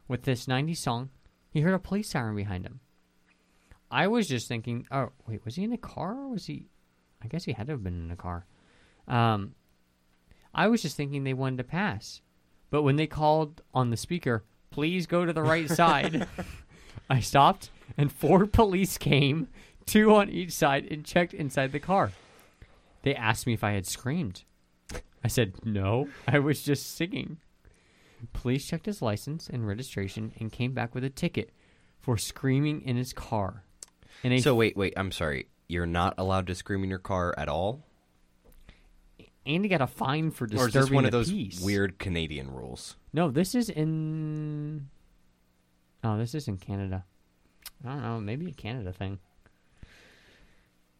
with this 90s song. He heard a police siren behind him. I was just thinking, oh, wait, was he in a car? Or was he. I guess he had to have been in a car. Um, I was just thinking they wanted to pass. But when they called on the speaker, please go to the right side, I stopped and four police came, two on each side, and checked inside the car. They asked me if I had screamed. I said, no, I was just singing. Police checked his license and registration and came back with a ticket for screaming in his car. And a
So wait, wait, I'm sorry. You're not allowed to scream in your car at all?
and he got a fine for
Or is
disturbing
this one of
the
those
peace.
weird Canadian rules?
No, this is in. Oh, this is in Canada. I don't know. Maybe a Canada thing.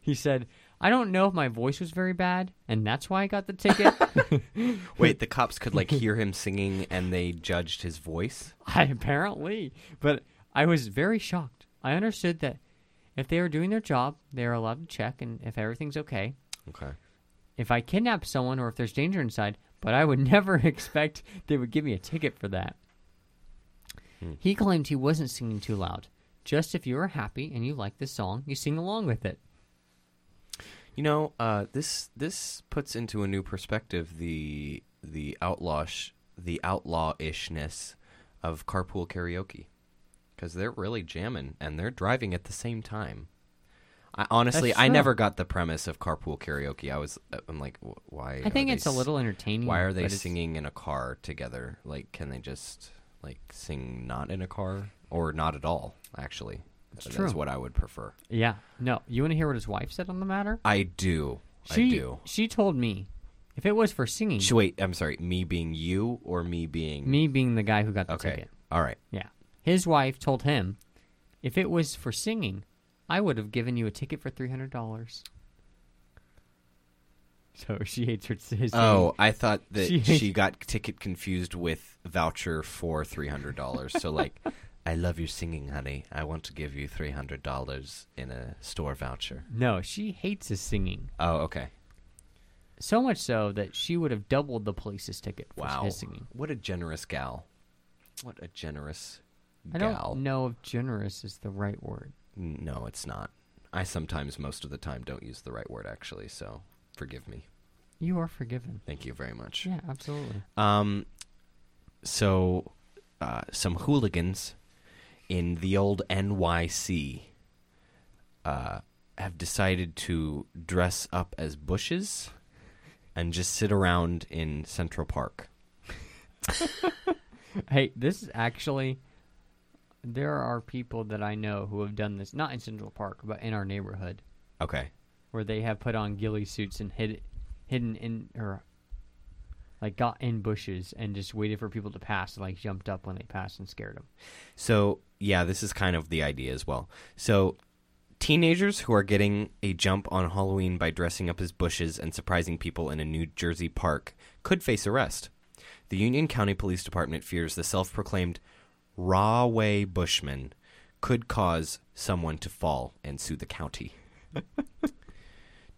he said, "I don't know if my voice was very bad, and that's why I got the ticket.
Wait, the cops could like hear him singing and they judged his voice?
I apparently, but I was very shocked. I understood that if they are doing their job, they are allowed to check, and if everything's okay,
Okay.
if I kidnap someone or if there's danger inside, but I would never expect they would give me a ticket for that.
Hmm.
He claimed he wasn't singing too loud. Just if you are happy and you like the song, you sing along with it.
You know, uh, this this puts into a new perspective the the outlawish the outlawishness of carpool karaoke because they're really jamming and they're driving at the same time. I, honestly,
That's
I
true.
never got the premise of carpool karaoke. I was uh, I'm like, wh- why?
I think
are
it's
they
a
s-
little entertaining.
Why are
but
they
it's-
singing in a car together? Like, can they just like sing not in a car or not at all? Actually, that's
true.
what I would prefer.
Yeah. No. You want to hear what his wife said on the matter?
I do.
She
I do.
she told me if it was for singing,
Sh- Wait, I'm sorry. Me being you or me being
me being the guy who got the
Okay.
ticket.
All right.
Yeah. His wife told him, if it was for singing, I would have given you a ticket for three hundred dollars. So she hates her. His singing.
Oh, I thought that
She-
she, got ticket confused with voucher for three hundred dollars. so like, I love your singing, honey. I want to give you three hundred dollars in a store voucher.
no, she hates his singing
Oh, okay.
so much so that she would have doubled the police's ticket for
Wow.
his singing.
What a generous gal. What a generous
I don't
gal.
know if generous is the right word.
No, it's not. I sometimes, most of the time, don't use the right word actually. So forgive me.
You are forgiven.
Thank you very much.
Yeah, absolutely.
Um, so, uh, some hooligans in the old NYC uh, have decided to dress up as bushes and just sit around in Central Park.
Hey, this is actually. There are people that I know who have done this, not in Central Park, but in our neighborhood.
Okay.
where they have put on ghillie suits and hid, hidden in or like got in bushes and just waited for people to pass and like jumped up when they passed and scared them.
So, yeah, this is kind of the idea as well. So, teenagers who are getting a jump on Halloween by dressing up as bushes and surprising people in a New Jersey park could face arrest. The Union County Police Department fears the self proclaimed Rahway Bushman could cause someone to fall and sue the county.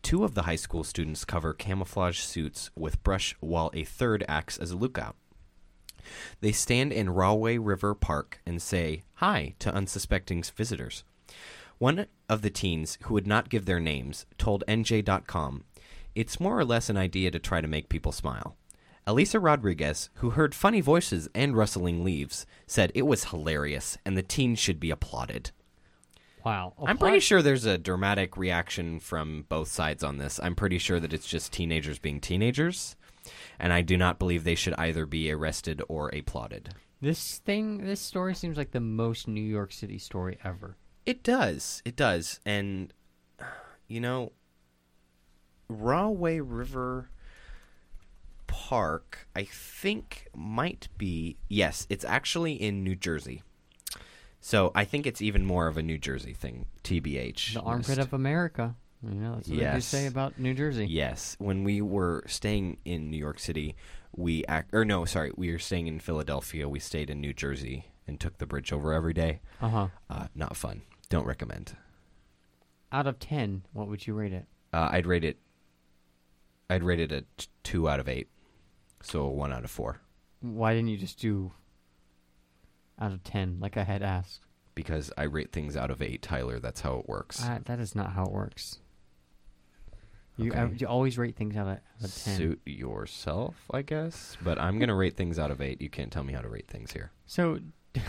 Two of the high school students cover camouflage suits with brush, while a third acts as a lookout. They stand in Rahway River Park and say hi to unsuspecting visitors. One of the teens, who would not give their names, told NJ.com, It's more or less an idea to try to make people smile. Elisa Rodriguez, who heard funny voices and rustling leaves, said it was hilarious and the teens should be applauded.
Wow.
I'm pretty sure there's a dramatic reaction from both sides on this. I'm pretty sure that it's just teenagers being teenagers, and I do not believe they should either be arrested or applauded.
This thing, this story seems like the most New York City story ever.
It does. It does. And you know Rahway River Park, I think might be yes, it's actually in New Jersey. So I think it's even more of a New Jersey thing, TBH.
The armpit
list.
of America. You know, that's what they do
Yes.
say about New Jersey.
Yes, when we were staying in New York City, we ac- or no, sorry, we were staying in Philadelphia. We stayed in New Jersey and took the bridge over every day.
Uh huh.
Uh, not fun. Don't recommend.
Out of ten, what would you rate it?
Uh, I'd rate it. I'd rate it a t- two out of eight, so a one out of four
Why didn't you just do out of ten, like I had asked?
because I rate things out of eight, Tyler. That's how it works.
Uh, that is not how it works. You,
Okay.
uh, you always rate things out of, out of ten.
Suit yourself, I guess. But I'm gonna rate things out of eight. You can't tell me how to rate things here.
So,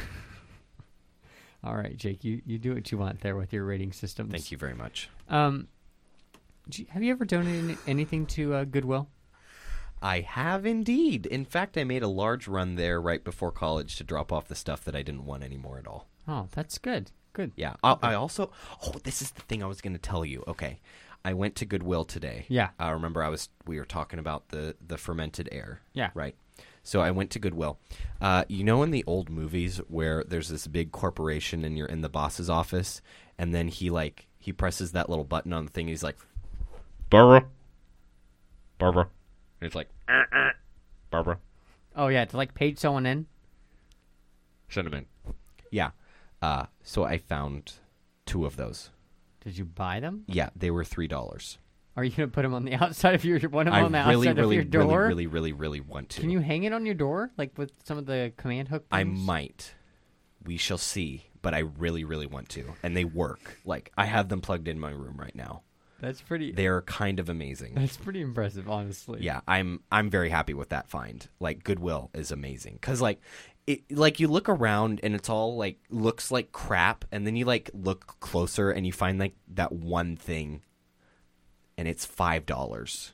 all right, Jake, you, you do what you want there with your rating systems.
Thank you very much.
Um, do you- have you ever donated any- anything to uh, Goodwill?
I have indeed. In fact, I made a large run there right before college to drop off the stuff that I didn't want anymore at all.
Oh, that's good. Good.
Yeah. I, I also. Oh, this is the thing I was going to tell you. Okay. I went to Goodwill today.
Yeah.
I remember I was. We were talking about the the fermented air.
Yeah.
Right. So I went to Goodwill. Uh, you know, in the old movies where there's this big corporation and you're in the boss's office, and then he like he presses that little button on the thing. he's like,
Barbara. Barbara.
and it's like, "Uh,
Barbara.
Oh yeah, to like page someone in.
Cinnamon.
yeah. Uh, so I found two of those.
Did you buy them?
Yeah, they were three dollars.
Are you gonna put them on the outside of your one of
I
them on the
really,
outside
really,
of your
really,
door?
really, really, really want to.
Can you hang it on your door like with some of the command hook?
I
things?
might. We shall see. But I really, really want to, and they work. Like I have them plugged in my room right now.
That's pretty.
They're kind of amazing.
That's pretty impressive, honestly.
Yeah, I'm. I'm very happy with that find. Like Goodwill is amazing because like. It, like you look around and it's all like looks like crap and then you like look closer and you find like that one thing and it's five dollars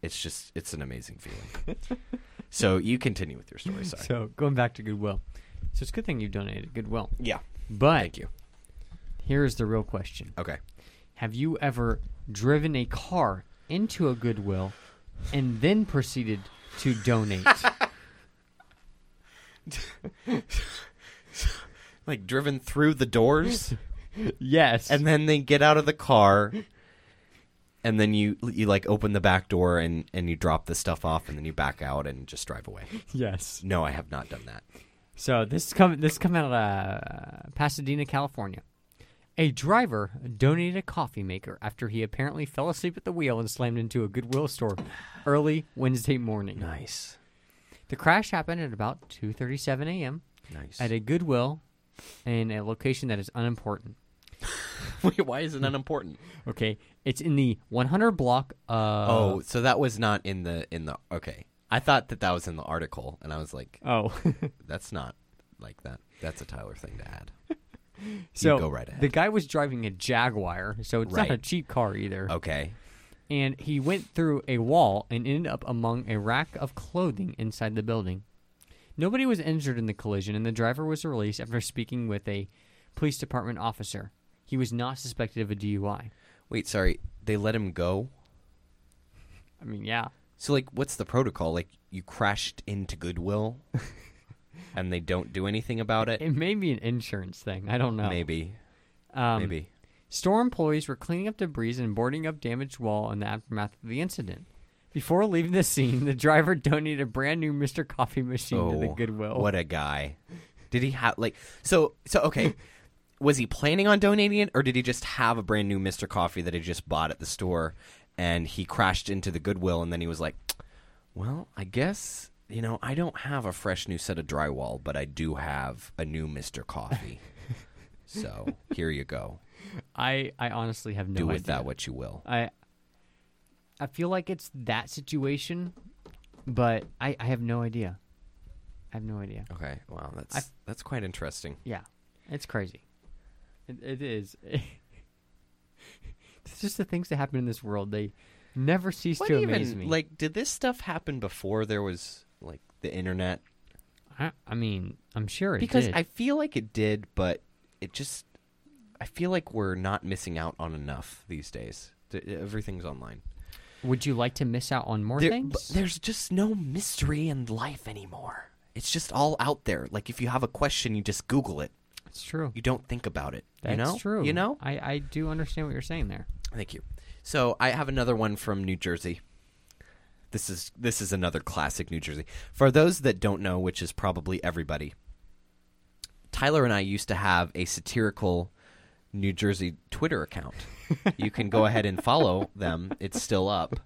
it's just it's an amazing feeling so you continue with your story sorry
So going back to Goodwill, so it's a good thing you donated Goodwill.
yeah
But
thank you
here is the real question:
okay
Have you ever driven a car into a Goodwill and then proceeded to donate?
like driven through the doors
yes.
and then they get out of the car and then you you like open the back door and and you drop the stuff off and then you back out and just drive away
yes.
no i have not done that
So this come this come out of uh, Pasadena, California. A driver donated a coffee maker after he apparently fell asleep at the wheel and slammed into a Goodwill store early Wednesday morning.
nice
The crash happened at about 2:37 a.m.
nice
at a Goodwill in a location that is unimportant.
Wait, why is it unimportant
Okay, it's in the 100 block of
oh so that was not in the in the okay i thought that that was in the article and i was like
oh.
that's not like that that's a tyler thing to add
so
go right ahead.
the guy was driving a Jaguar, so it's not a
Right. Oh.
cheap car either.
okay
And he went through a wall and ended up among a rack of clothing inside the building. Nobody was injured in the collision, and the driver was released after speaking with a police department officer. He was not suspected of a DUI.
wait sorry they let him go
I mean, yeah.
So like what's the protocol? Like you crashed into Goodwill and they don't do anything about it?
It may be an insurance thing. I don't know.
Maybe.
Um,
Maybe.
Store employees were cleaning up debris and boarding up damaged wall in the aftermath of the incident. Before leaving the scene, the driver donated a brand new Mr. Coffee machine to the
Oh,
Goodwill.
What a guy. Did he have like so so okay. was he planning on donating it or did he just have a brand new Mr. Coffee that he just bought at the store and he crashed into the Goodwill and then he was like, "Well, I guess you know, I don't have a fresh new set of drywall, but I do have a new Mr. Coffee. so, here you go.
I I honestly have no
Do
idea.
with that what you will."
I I feel like it's that situation, but I I have no idea. I have no idea.
Okay. Wow, that's that's quite interesting.
Yeah, it's crazy. It, it is. it's just the things that happen in this world. They never cease
What
to
even
amaze me.
like did this stuff happen before there was like the internet
I, I mean, I'm sure it
because
did.
I feel like it did, but it just I feel like we're not missing out on enough these days. D- Everything's online.
Would you like to miss out on more
There- but
things?
there's just no mystery in life anymore. It's just all out there. Like if you have a question, you just Google it.
It's true.
You don't think about it.
That's
you know?
true.
You know?
I I do understand what you're saying there.
Thank you. So I have another one from New Jersey. This is this is another classic New Jersey. For those that don't know, which is probably everybody, Tyler and I used to have a satirical New Jersey Twitter account. you can go ahead and follow them. It's still up.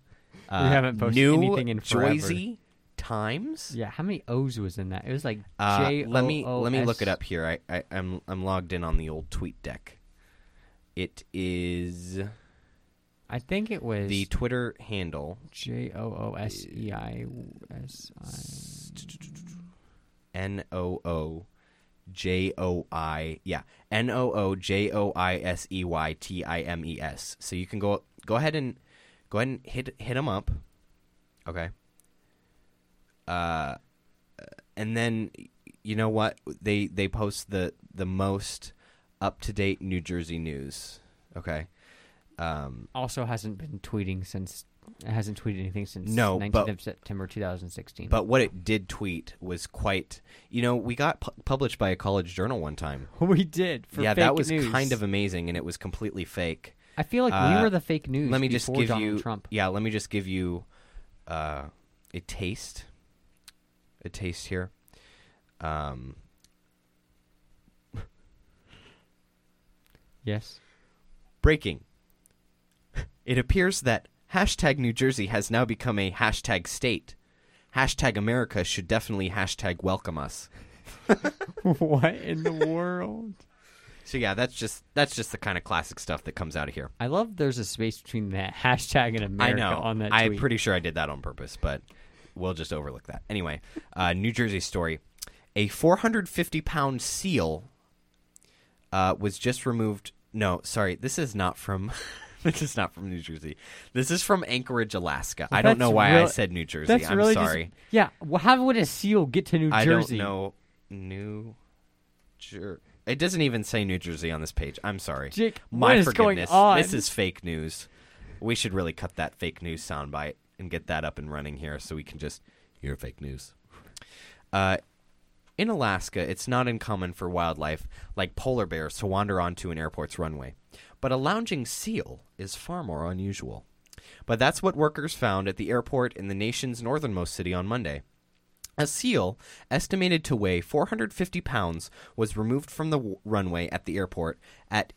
Uh,
haven't posted
New
anything in forever.
Jersey Times.
Yeah, how many O's was in that? It was like
Uh,
J.
let me let me look it
O O S.
up here. I, I I'm I'm logged in on the old tweet deck. It is
I think it was
the Twitter handle
J O O S E I S I.
N O O J O I yeah N O O J O I S E Y T I M E S. So you can go go ahead and go ahead and hit hit them up. Okay. Uh, and then you know what they they post the the most up to date New Jersey news. Okay. Um,
Also, hasn't been tweeting since. Hasn't tweeted anything since
No,
19th
but-
of September 2016.
but what it did tweet was quite. You know, we got pu- published by a college journal one time.
we did. For
yeah,
fake
that was
news.
kind of amazing, and it was completely fake.
I feel like
uh,
we were the fake news.
let me just
before
give
Donald
you.
Trump.
Yeah, let me just give you uh, a taste. A taste here. Um,
Yes.
breaking. It appears that hashtag New Jersey has now become a hashtag state. Hashtag America should definitely hashtag welcome us.
what in the world?
So yeah, that's just that's just the kind of classic stuff that comes out of here.
I love there's a space between that hashtag and America
I know.
on that.
I'm
tweet.
pretty sure I did that on purpose, but we'll just overlook that. Anyway, uh, New Jersey story: a 450 pound seal uh, was just removed. No, sorry, this is not from. this is not from New Jersey. This is from Anchorage, Alaska. I don't
That's
know why I
real-
said New Jersey.
That's
I'm
really just-
sorry.
yeah. Well, how would a seal get to New
I don't
Jersey?
know New Jer. It doesn't even say New Jersey on this page. I'm sorry.
Jake,
My
what is going
forgiveness.
on?
This is fake news. We should really cut that fake news soundbite and get that up and running here so we can just hear fake news. Uh, in Alaska, it's not uncommon for wildlife like polar bears to wander onto an airport's runway, but a lounging seal is far more unusual. But that's what workers found at the airport in the nation's northernmost city on Monday. A seal, estimated to weigh 450 pounds, was removed from the w- runway at the airport at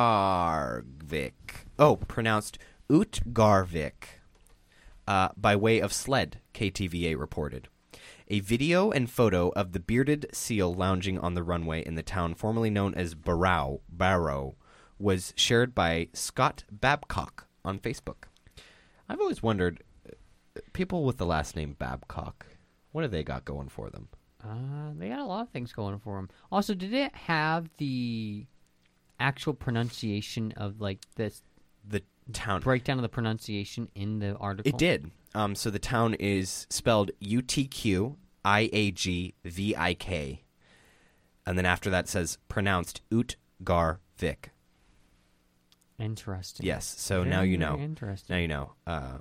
Utgarvik. Oh, pronounced Utgarvik. Uh, by way of sled, KTVA reported. A video and photo of the bearded seal lounging on the runway in the town formerly known as Barrow, Barrow was shared by Scott Babcock on Facebook. I've always wondered people with the last name Babcock, what have they got going for them?
Uh, they got a lot of things going for them. Also, did it have the actual pronunciation of like this
The town.
breakdown of the pronunciation in the article?
It did. Um, so the town is spelled U T Q I A G V I K. And then after that says pronounced Utgarvik.
Interesting.
Yes. So now you
Very
know.
Interesting.
Now you know. Uh,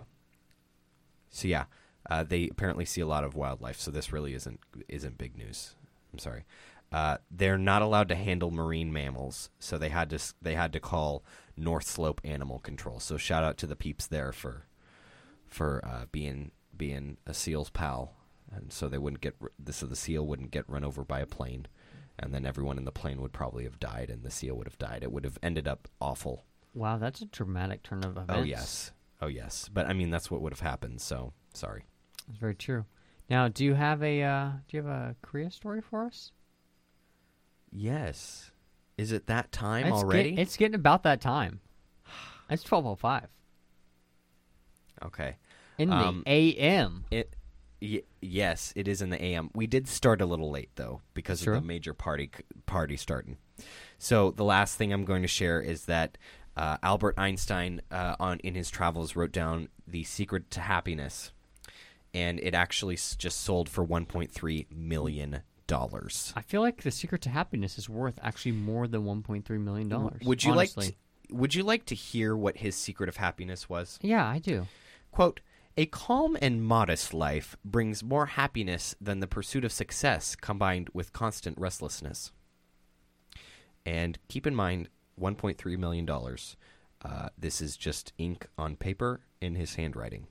so yeah, uh, they apparently see a lot of wildlife. So this really isn't isn't big news. I'm sorry. Uh, they're not allowed to handle marine mammals, so they had to s- they had to call North Slope Animal Control. So shout out to the peeps there for for uh, being being a seal's pal, and so they wouldn't get r- so the seal wouldn't get run over by a plane, and then everyone in the plane would probably have died, and the seal would have died. It would have ended up awful.
Wow, that's a dramatic turn of events.
Oh yes, oh yes. But I mean, that's what would have happened. So sorry.
that's very true. Now, do you have a uh, do you have a Korea story for us?
Yes. Is it that time
It's get-
already?
it's getting about that time. It's twelve oh five
okay.
in
Um,
the a.m.
It. Y- yes, it is in the AM. We did start a little late though because
Sure.
of the major party c- party starting. So the last thing I'm going to share is that uh, Albert Einstein, uh, on in his travels, wrote down the secret to happiness, and it actually s- just sold for 1.3 million dollars.
I feel like the secret to happiness is worth actually more than one point three million dollars.
Would you
honestly.
like? To, would you like to hear what his secret of happiness was?
Yeah, I do.
Quote, a calm and modest life brings more happiness than the pursuit of success combined with constant restlessness. And keep in mind, $1.3 million. Uh, this is just ink on paper in his handwriting.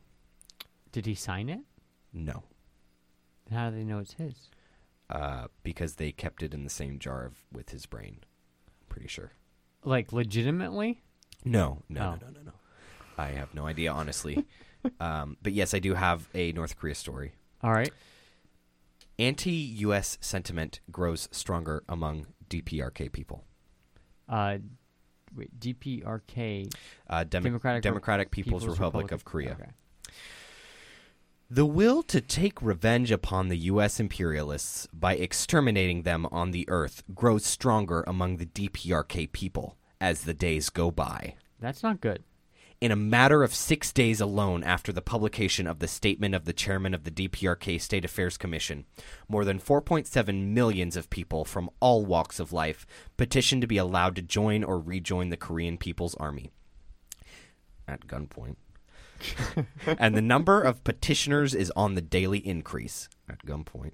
Did he sign it?
No,
And How do they know it's his?
uh, because they kept it in the same jar of, with his brain. Pretty sure.
Like legitimately?
No, no,
Oh.
no, no, no, no. I have no idea, honestly. um, but yes, I do have a North Korea story.
All right.
Anti US sentiment grows stronger among DPRK people.
Uh, wait, DPRK,
Uh, Demo-
Democratic
Democratic,
Re-
People's, Republic, of Korea.
Okay.
The will to take revenge upon the U.S. imperialists by exterminating them on the earth grows stronger among the DPRK people as the days go by.
That's not good.
In a matter of six days alone after the publication of the statement of the chairman of the DPRK State Affairs Commission, more than 4.7 millions of people from all walks of life petitioned to be allowed to join or rejoin the Korean People's Army. At gunpoint. and the number of petitioners is on the daily increase. At gunpoint.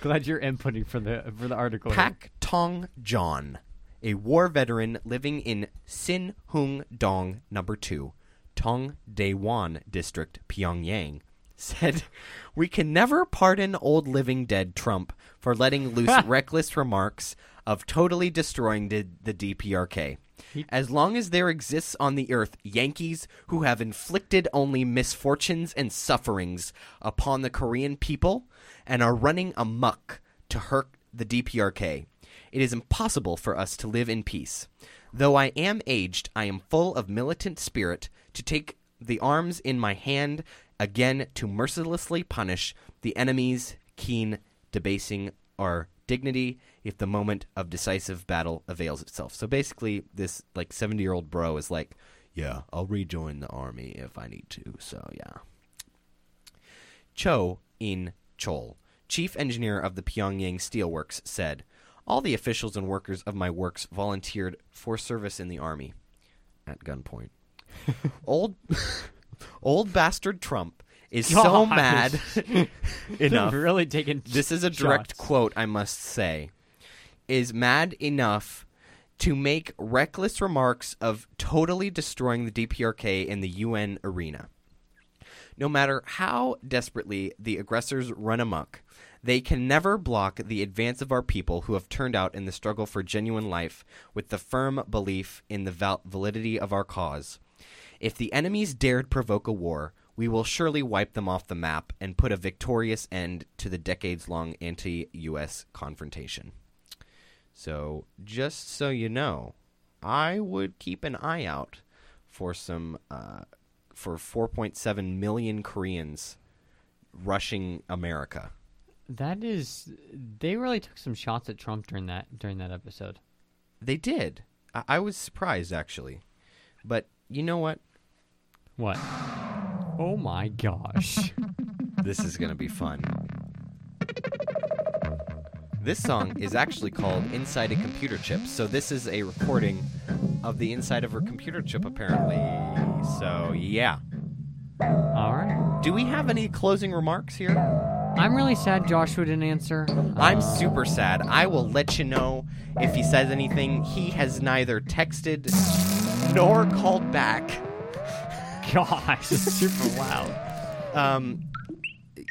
Glad you're inputting for the for the article. here.
Pak Tong John, a war veteran living in Sin Hung Dong Number Two, Tong Daewan District, Pyongyang, said, "We can never pardon old living dead Trump for letting loose reckless remarks of totally destroying the, the DPRK." As long as there exists on the earth Yankees who have inflicted only misfortunes and sufferings upon the Korean people and are running amuck to hurt the DPRK. It is impossible for us to live in peace. Though I am aged, I am full of militant spirit to take the arms in my hand again to mercilessly punish the enemy's keen debasing our dignity if the moment of decisive battle avails itself. So basically, this like 70-year-old bro is like, yeah, I'll rejoin the army if I need to. So, yeah. Cho In Chol, chief engineer of the Pyongyang Steelworks, said, All the officials and workers of my works volunteered for service in the army. At gunpoint. old, old bastard Trump is so
Gosh.
mad
They're
enough
really taking.
this is a direct
shots.
quote, I must say, is mad enough to make reckless remarks of totally destroying the DPRK in the UN arena. No matter how desperately the aggressors run amok, they can never block the advance of our people who have turned out in the struggle for genuine life with the firm belief in the val- validity of our cause. If the enemies dared provoke a war, we will surely wipe them off the map and put a victorious end to the decades long anti US confrontation. So, just so you know, I would keep an eye out for some uh, for 4.7 million Koreans rushing America.
That is, they really took some shots at Trump during that during that episode.
They did. I, I was surprised actually, but you know what?
What? Oh my gosh!
This is gonna be fun. This song is actually called "Inside a Computer Chip," so this is a recording of the inside of a computer chip, apparently. So yeah.
All right.
Do we have any closing remarks here?
I'm really sad Joshua didn't answer.
I'm
Uh,
super sad. I will let you know if he says anything. He has neither texted nor called back.
gosh, it's super loud.
Um,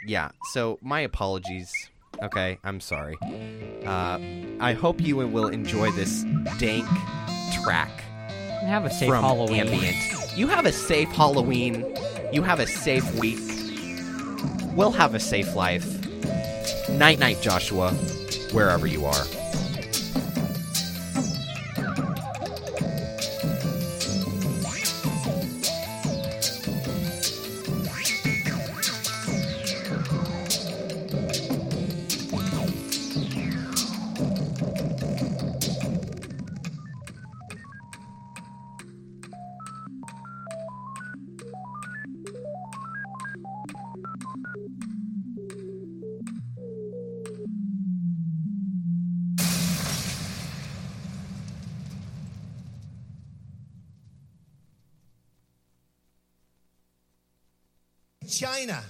yeah. So my apologies. Okay, I'm sorry. Uh, I hope you will enjoy this dank track
Have a safe
from
Halloween.
Ambient. You have a safe Halloween. You have a safe week. We'll have a safe life. Night, night, Joshua, wherever you are.
China.